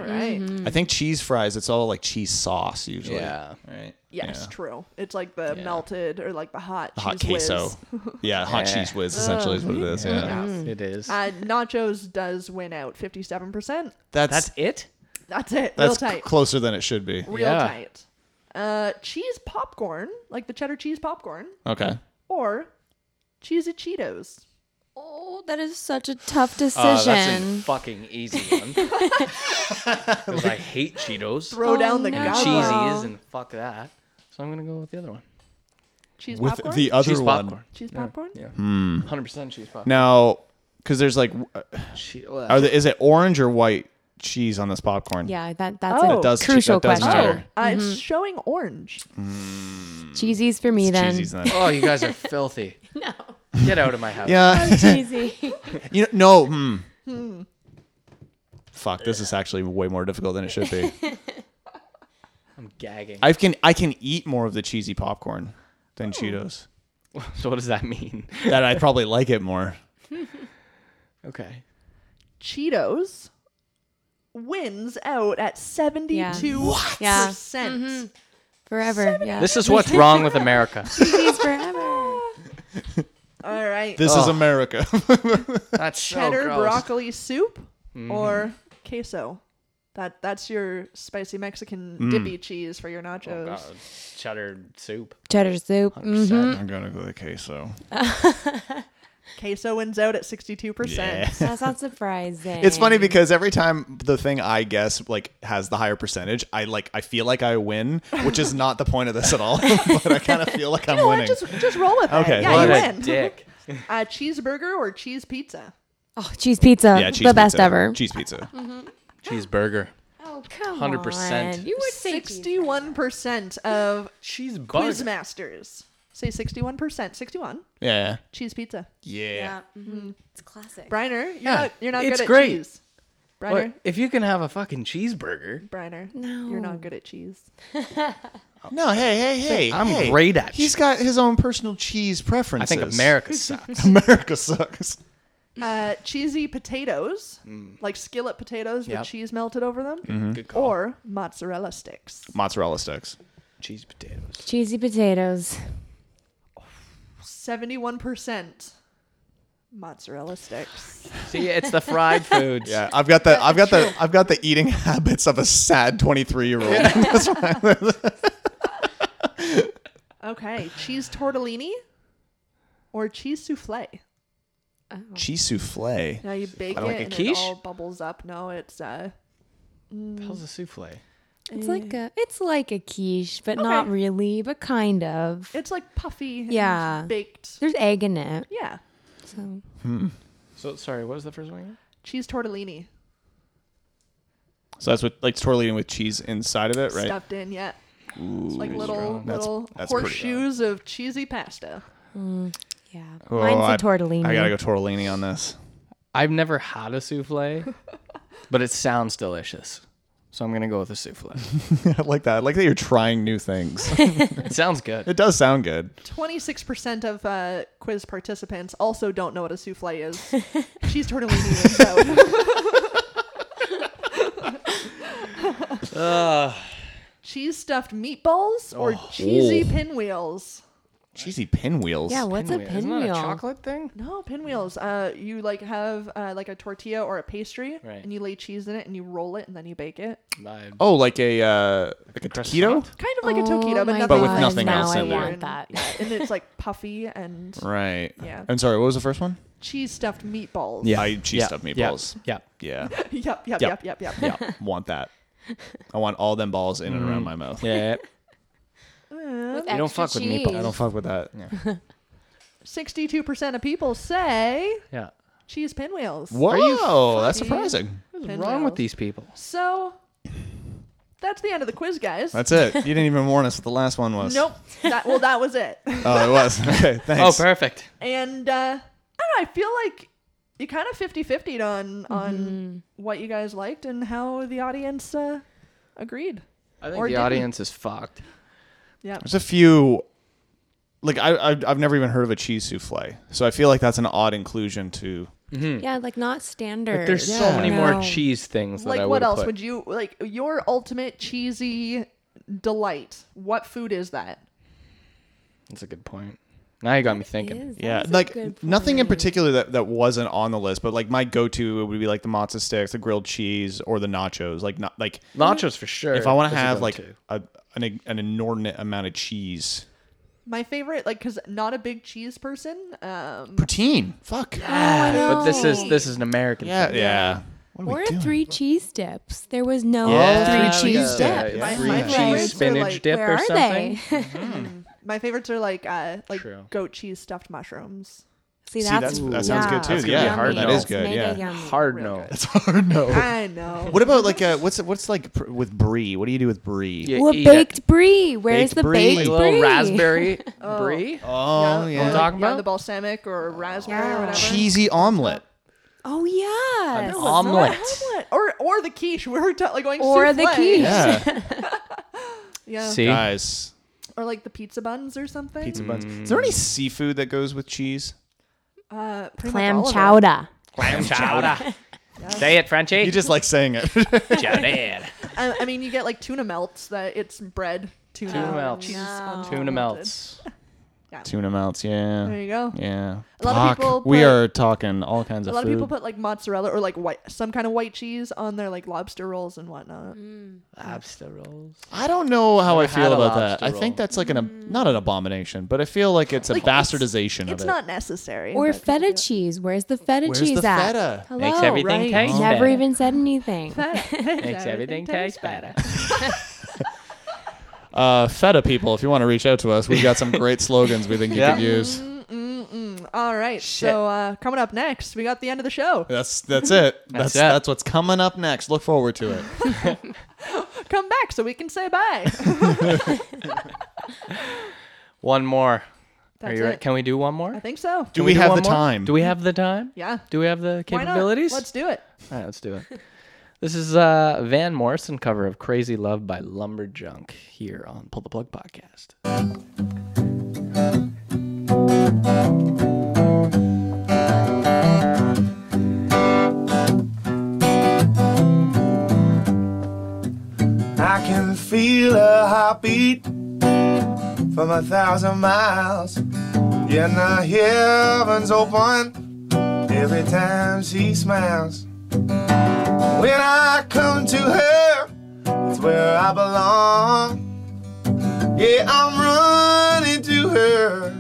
right.
I think cheese fries. It's all like cheese sauce usually.
Yeah. Right.
Yes,
Yeah.
true. It's like the melted or like the hot
The hot
cheese whiz.
queso. yeah, hot
Yeah.
cheese whiz essentially is what it is. Yeah.
Mm.
It is.
Uh, nachos does win out 57%.
That's
That's
that's,
it.
That's it. Real
c-
tight.
closer than it should be.
Real
Yeah.
tight. Uh, cheese popcorn, like the cheddar cheese popcorn,
Okay.
or cheesy Cheetos.
Oh, that is such a tough
Oh,
Uh, that's a
decision.
fucking easy one. 'Cause I hate Cheetos.
Throw
Oh,
down the
no.
gobble.
Wow.
Cheesies and fuck that. So I'm gonna go with the other one.
Cheese
With
popcorn.
the other
cheese
one. Hmm.
popcorn.
cheese popcorn.
Yeah. 100% cheese popcorn.
Now, because there's like, uh,
Che-
are the, is it orange or white cheese on this popcorn?
yeah, that that's
Oh.
a
That does, che-
crucial
that does
question. Mm-hmm.
matter.
Uh, It's showing orange.
Cheesies for me then.
Cheesies then.
oh, you guys are filthy. no. Get out of my house.
Yeah.
Cheesy.
You know, no. Hmm. Fuck, this is actually way more difficult than it should be.
I'm gagging.
I can I can eat more of the cheesy popcorn than Cheetos.
so what does that mean?
That I probably like it more.
Okay.
Cheetos wins out at 72%.
Mm-hmm. Yeah. Forever. Yeah.
This is what's wrong with America.
Cheese forever.
All right.
This is America.
That's so
Cheddar
gross.
broccoli soup
Mm-hmm.
or queso. That that's your spicy Mexican
Mm.
dippy cheese for your
Oh,
nachos.
God. Cheddar soup.
Cheddar soup. Mhm.
I'm gonna go with queso.
queso wins out at sixty two percent.
That's not surprising.
It's funny because every time the thing I guess like has the higher percentage, I like I feel like I win, which is not the point of this at all. but I kind of feel like I'm winning.
Just just roll with
Okay,
it. Yeah,
what
you
a
win.
dick.
Uh, cheeseburger or cheese pizza.
Oh, cheese pizza.
yeah,
the
cheese
best
pizza.
ever.
Cheese pizza.
Mm-hmm.
Cheeseburger.
Oh, come
100%.
on. You would say cheese.
Sixty one percent of
Cheeseburger.
Quizmasters say sixty one percent. Sixty one
Yeah.
cheese pizza.
Yeah. mhm. It's classic.
Briner, you're
Yeah,
not you're not
it's
good at
great.
cheese. Briner,
Look, if you can have a fucking cheeseburger,
Briner,
No.
you're not good at cheese.
No, hey, hey, hey.
I'm
hey.
great at
He's
cheese.
got his own personal cheese preferences.
I think America sucks.
America sucks.
Uh, cheesy potatoes, like skillet potatoes
Yep.
with cheese melted over them,
Good call.
or mozzarella sticks.
Mozzarella sticks.
cheese potatoes.
Cheesy potatoes.
Seventy-one percent mozzarella sticks.
See, it's the fried foods.
Yeah, I've got the I've got the I've got the eating habits of a sad 23 year old.
Okay, cheese tortellini or cheese souffle. Oh.
Cheese souffle.
Now you bake it
like a
and
quiche?
it all bubbles up. No, it's uh,
How's a souffle?
It's like a it's like a quiche, but not
Okay.
really, but kind of.
it's like puffy. and
Yeah.
baked.
There's egg in it.
Yeah,
So
So sorry, what was the first one? again?
cheese tortellini
So that's what like tortellini with cheese inside of it, right?
stuffed in. Yeah, it's like little
That's-
little
that's pretty
horseshoes of cheesy pasta.
yeah.
Oh,
Mine's
I-
a tortellini.
I gotta go tortellini on this.
I've never had a souffle, but it sounds delicious. So I'm gonna go with a souffle.
I like that. I like that you're trying new things.
it sounds good.
it does sound good.
26% of uh, quiz participants also don't know what a souffle is. Cheese tortellini wins out. Cheese stuffed meatballs or
Oh.
cheesy pinwheels?
Cheesy pinwheels.
yeah, what's a
Isn't that
pinwheel?
a chocolate thing?
No, pinwheels. Uh, you like have uh, like a tortilla or a pastry,
Right.
and you lay cheese in it, and you roll it, and then you bake it.
My-
Oh, like a uh, like a
croissant?
taquito.
Kind of like a
Oh
taquito, but
my
nothing.
But with
else.
nothing
now
else
I
in there.
want that.
Yeah, and it's like puffy and
Right.
Yeah.
I'm sorry. What was the first one?
cheese stuffed meatballs.
I cheese
Yeah,
stuffed
yeah,
meatballs.
Yeah.
Yeah.
Yep. Yep.
Yep.
Yep. Yep. Yep.
Yeah. Mm. want that. I want all them balls in and around my mouth.
Yeah.
With
You don't
extra
fuck with meatballs.
cheese.
I don't fuck with that.
62% of people say
yeah.
cheese pinwheels.
Whoa, that's surprising.
What's
Pinwheels.
wrong with these people?
So that's the end of the quiz, guys.
That's it. You didn't even warn us what the last one was.
nope. That, well, that was it.
Oh, it was. Okay,
Oh,
thanks.
perfect.
And uh, I don't know. I feel like you kind of 50 50 on, on
Mm-hmm.
what you guys liked and how the audience uh, agreed.
I think
Or
the
didn't.
audience is fucked.
There's a few. Like I, I, I've never even heard of a cheese souffle, so I feel like that's an odd inclusion to.
Mm-hmm.
Yeah, like not standard.
There's so
Yeah.
many more
No.
cheese things that I
like, what
would've
else
put.
would you like? Your ultimate cheesy delight. What food is that?
That's a good point. Now you got me
It
thinking.
is. That
Yeah,
is a good
like nothing in
point.
particular that, that wasn't on the list, but like my go-to would be like the matzo sticks, the grilled cheese, or the nachos. Like not like
Nachos for sure.
if I want
is
to
a
have
good
like
too.
a, an an inordinate amount of cheese.
My favorite, like, because not a big cheese person. Um,
Poutine. Fuck.
But this is this is an American
Yeah.
thing.
Yeah. What
Or
are we doing?
three cheese dips. There was no
Yeah,
three
yeah,
cheese
yeah,
dips.
yeah.
My-
Three
my favorites
cheese
are
spinach
like- Mm-hmm.
dip
Where
or
are
something.
they?
My favorites are like uh like
True.
goat cheese stuffed mushrooms.
See,
that's- that sounds good, too.
That's
Yeah,
yummy.
hard
That's
no. That is
good,
mega
yeah.
yummy.
Hard no.
That's hard. No.
I know.
What about like uh, what's what's like pr- with brie? What do you do with brie?
You
Well,
eat it.
baked brie. Where's
Baked
the
brie.
baked
Like a
brie?
little raspberry brie.
Oh
or,
yeah,
like,
talking
yeah,
about?
the balsamic or raspberry
Yeah.
or whatever.
cheesy omelet.
Oh yeah.
An omelet.
What? Or or the quiche. We were ta- like going
Or the
souffle.
quiche.
Yeah,
Yeah.
See? Mm.
guys, Mm.
Or like the pizza buns or something.
pizza buns. Is there any seafood that goes with cheese?
Uh, pretty much
Clam
all of it.
chowder.
Clam chowder. Say it, Frenchie.
You just like saying it.
Chowder.
I, I mean, you get like tuna melts that it's bread Tuna,
Tuna melts.
cheese on
Tuna
melted.
melts.
Tuna melts, yeah.
There you go.
Yeah.
A lot of
Fuck,
people
we
put-
are talking all kinds
A
of
lot
food.
of people put like mozzarella or like white some kind of white cheese on their like lobster rolls and whatnot.
Lobster rolls.
I don't know how I
Never had
feel
a
about that.
lobster
I
roll.
think that's like an ab- not an abomination, but I feel like it's a
Mm. Like, it's-
bastardization of
It's
it.
not necessary.
Or
but-
feta cheese. Where's the feta
Where's
cheese
the
at?
feta?
Hello.
Makes everything
right.
taste
Never
better.
even said anything.
Makes everything taste better.
uh, feta people, if you want to reach out to us, we've got some great slogans we think you
Yeah.
could use.
Mm, All right. So uh, coming up next, we got the end of the show.
That's that's it. That's
it.
that's what's coming up next. Look forward to it.
Come back so we can say bye.
One more. Are
That's
you ready?
it.
Can we do one more?
I think so.
Do we, have
one
the
more?
time?
Do we have the time?
Yeah.
Do we have the
Why not?
capabilities?
Let's do it.
All right, let's do it. This is uh, Van Morrison cover of "Crazy Love" by Lumberjunk here on Pull the Plug podcast.
I can feel a heartbeat from a thousand miles. Yeah, the heavens open every time she smiles. When I come to her, it's where I belong. Yeah, I'm running to her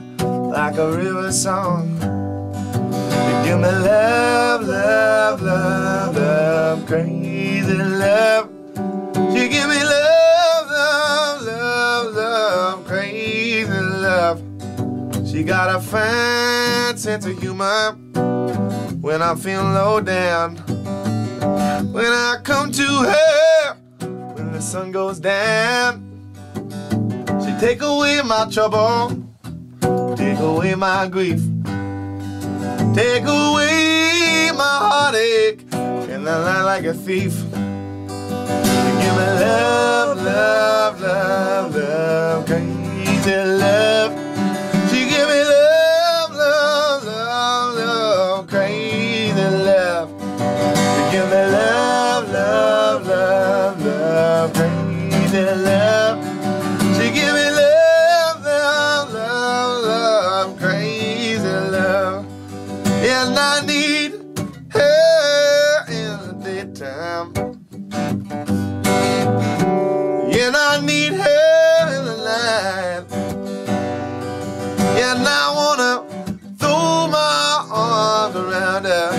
like a river song. You give me love, love, love, love, crazy love. You give me love, love, love, love, crazy love. She got a fine sense of humor when I feel low down. When I come to her, when the sun goes down, she take away my trouble, take away my grief, take away my heartache, and I lie like a thief. Give me love, love, love, love, crazy love. She give me love, love, love, love, crazy love. She give me love, love, love, love, crazy love. She give me love, love, love, love, crazy love. And I need her in the daytime. And I need her in the light. And I wanna throw my arms around her.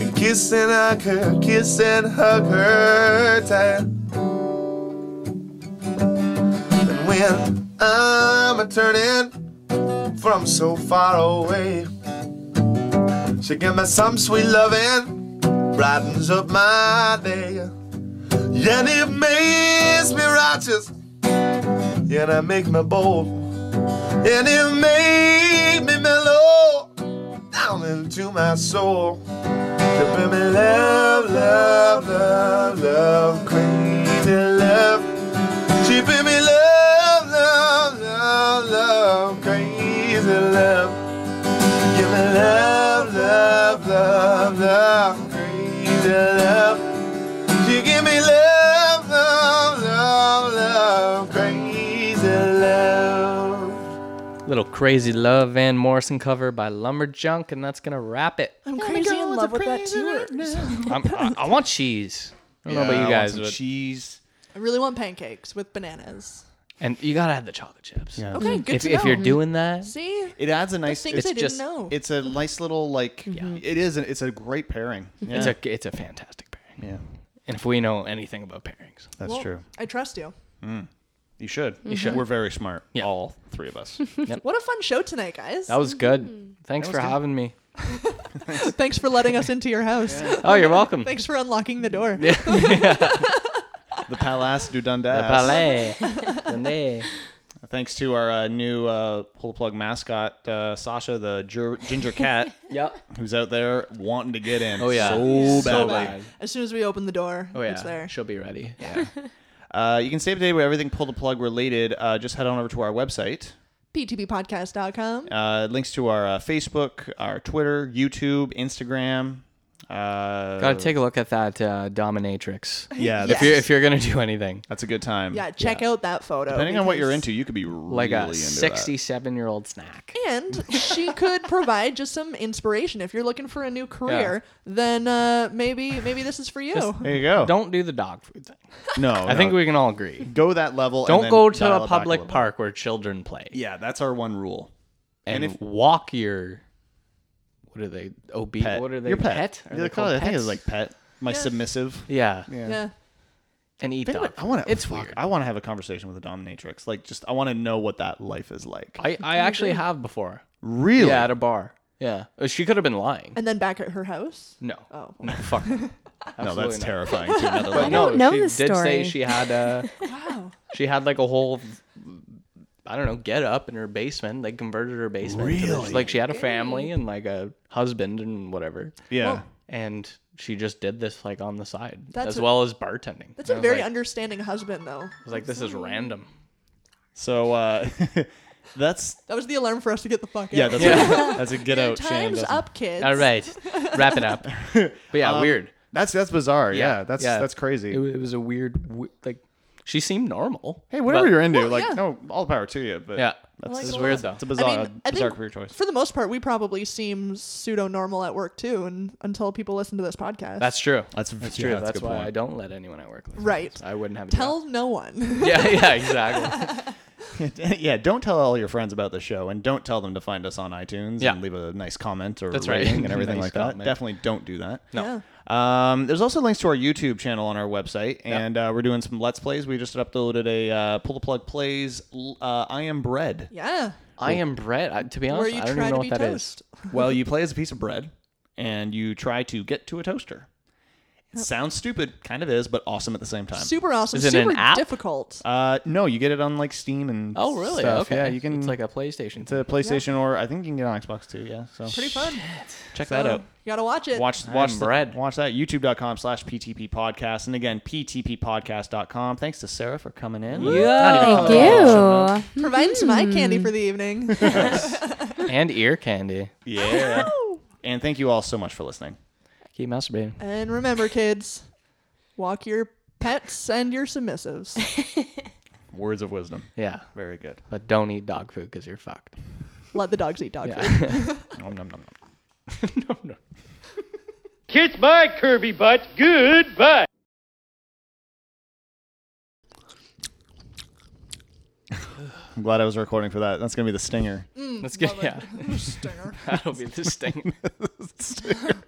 And kiss and hug her, kiss and hug her tight. And when I'm a turning from so far away, she give me some sweet loving, brightens up my day. And it makes me righteous. And it makes me bold. And it makes me mellow down into my soul. To bring me love, love, love, love, crazy love. She bring me love, love, love, love, crazy love. Give me love, love, love, love, crazy love. You give me love, love, love, love, crazy love.
Little "Crazy Love" Van Morrison cover by Lumberjunk, and that's gonna wrap it.
I'm crazy in love with that too.
I'm, I, I want cheese. I don't know
Yeah,
about
I
you
want
guys,
some
but
cheese.
I really want pancakes with bananas.
and you gotta have the chocolate chips. Yeah.
Okay, good
If,
to
if
know.
you're doing that,
See,
It adds a nice.
things
It's,
I didn't
just-
know. Mm-hmm.
it's a nice little like. It is. A, it's a great pairing. Yeah,
it's a it's a fantastic pairing.
yeah
And if we know anything about pairings,
that's
Well,
true. Mm.
I trust you. Mm-hmm.
You should. You
should.
We're very smart.
Yeah.
All three of us.
What a fun show tonight, guys.
that was
Hmm. Mm.
good. Thanks for having me.
Thanks for letting us into your house.
Oh, you're welcome.
Thanks for unlocking the door.
the Palace du Dundas.
The ballet. The nay.
Thanks to our uh, new uh, pull the plug mascot, uh, Sasha the ger- ginger cat,
Yep.
who's out there wanting to get in.
Oh yeah.
so
So
badly.
bad.
As soon as we open the door,
Oh yeah.
it's there.
She'll be ready.
Uh, you can stay up to date with everything pull the plug related. Uh, just head on over to our website.
PTBpodcast.com.
Uh, links to our uh, Facebook, our Twitter, YouTube, Instagram. Uh,
Gotta take a look at that uh, dominatrix.
Yeah,
If you're
Yes.
if you're gonna do anything,
that's a good
Um,
time.
Yeah, check out that photo.
Depending on what you're
because-
into, you could be really
like
into
a
that.
sixty-seven year old snack.
And she could provide just some inspiration if you're looking for a new career. Then uh, maybe maybe this is for you.
There you go.
Don't do the dog food thing.
no.
I think we can all agree.
go that level. and
Don't
then
go to
dial
a
it back
public
little bit.
park where children play.
Yeah, that's our one rule.
and,
And if-
walk your what are they obese
Pet.
what are they
Your pet.
Are
Yeah,
they
they call
called
it- I think it's
pets?
like oh, pet. My submissive.
yeah.
yeah.
and eat
They
dog
would- I want to.
it's
It's fuck,
weird
I want to have a conversation with a dominatrix. Like, just I want to know what that life is like.
I, I actually have before
really?
yeah at a bar yeah Uh, she could have been lying
And then back at her house.
no
Oh.
no fuck no
no,
Absolutely
that's
not.
terrifying. To another level.
I don't know
she
this
did
story.
say she had a
Wow.
she had like a whole I don't know get up in her basement they converted her basement to this-
Really?
like she had a family and like a husband and whatever
Yeah.
and she just did this like on the side
That's
as
a-
well as bartending
That's a
And I was
very
like-
understanding husband, though.
I was like this is random
so uh, that's
That was the alarm for us to get the fuck out.
yeah. That's A, that's a get out. Shane
Time's
doesn't-
up, kids.
All right, wrap it up. But yeah, weird.
Um, That's that's bizarre. Yeah,
Yeah,
that's
yeah.
that's crazy.
It, wa- it was a weird, w- like she seemed normal.
hey, whatever
but-
you're into, like
yeah.
no, all the power to you. But
Yeah,
that's
this
Like,
is
well,
weird though.
it's a
I
bizarre,
mean, I
bizarre
think
career choice.
for the most part, we probably seem pseudo normal at work too, and until people listen to this podcast,
That's true.
That's
That's
yeah,
true.
that's a
That's,
good
why
point.
I don't let anyone I work with.
Right.
I wouldn't have. A
tell no one.
job. Yeah, yeah, exactly.
yeah, don't tell all your friends about the show, and don't tell them to find us on iTunes
Yeah.
and leave a nice comment or
That's right.
rating and everything
Nice
like that.
comment.
Definitely don't do that.
No.
Yeah.
Um, there's also links to our YouTube channel on our website, and uh, we're doing some Let's Plays. We just uploaded a uh, Pull the Plug Plays l- uh, I Am Bread.
Yeah.
I am bread. I, to be
Where
honest,
you
I don't
try to
even know
be
what that is.
toast.
well, you play as a piece of bread, and you try to get to a toaster. It sounds stupid, kind of is, but awesome at the same time.
Super awesome.
Is it an
super
app?
difficult.
Uh, no, you get it on like Steam and
Oh, really?
stuff.
Okay.
Yeah, you can
It's like a PlayStation.
It's a PlayStation, or I think you can get it on Xbox too. Yeah, so
Pretty fun.
check that out.
You gotta watch it.
Watch,
I'm
watch, the-
bread.
watch that. YouTube.com slash PTP podcast. And again, PTPpodcast.com. Thanks to Sarah for coming in.
Thank you. Mm-hmm.
Providing some eye candy for the evening.
and ear candy.
Yeah. and thank you all so much for listening.
Keep masturbating.
and remember, kids, walk your pets and your submissives.
Words of wisdom.
Yeah,
Very good.
but don't eat dog food because you're fucked.
Let the dogs eat dog food.
Yeah.
Nom, nom, nom, nom.
no, no.
Kiss my curvy butt. Goodbye.
I'm glad I was recording for that. That's going to
Mm,
be the stinger.
Let's get yeah.
Mm, Stinger.
That'll be the sting.
stinger.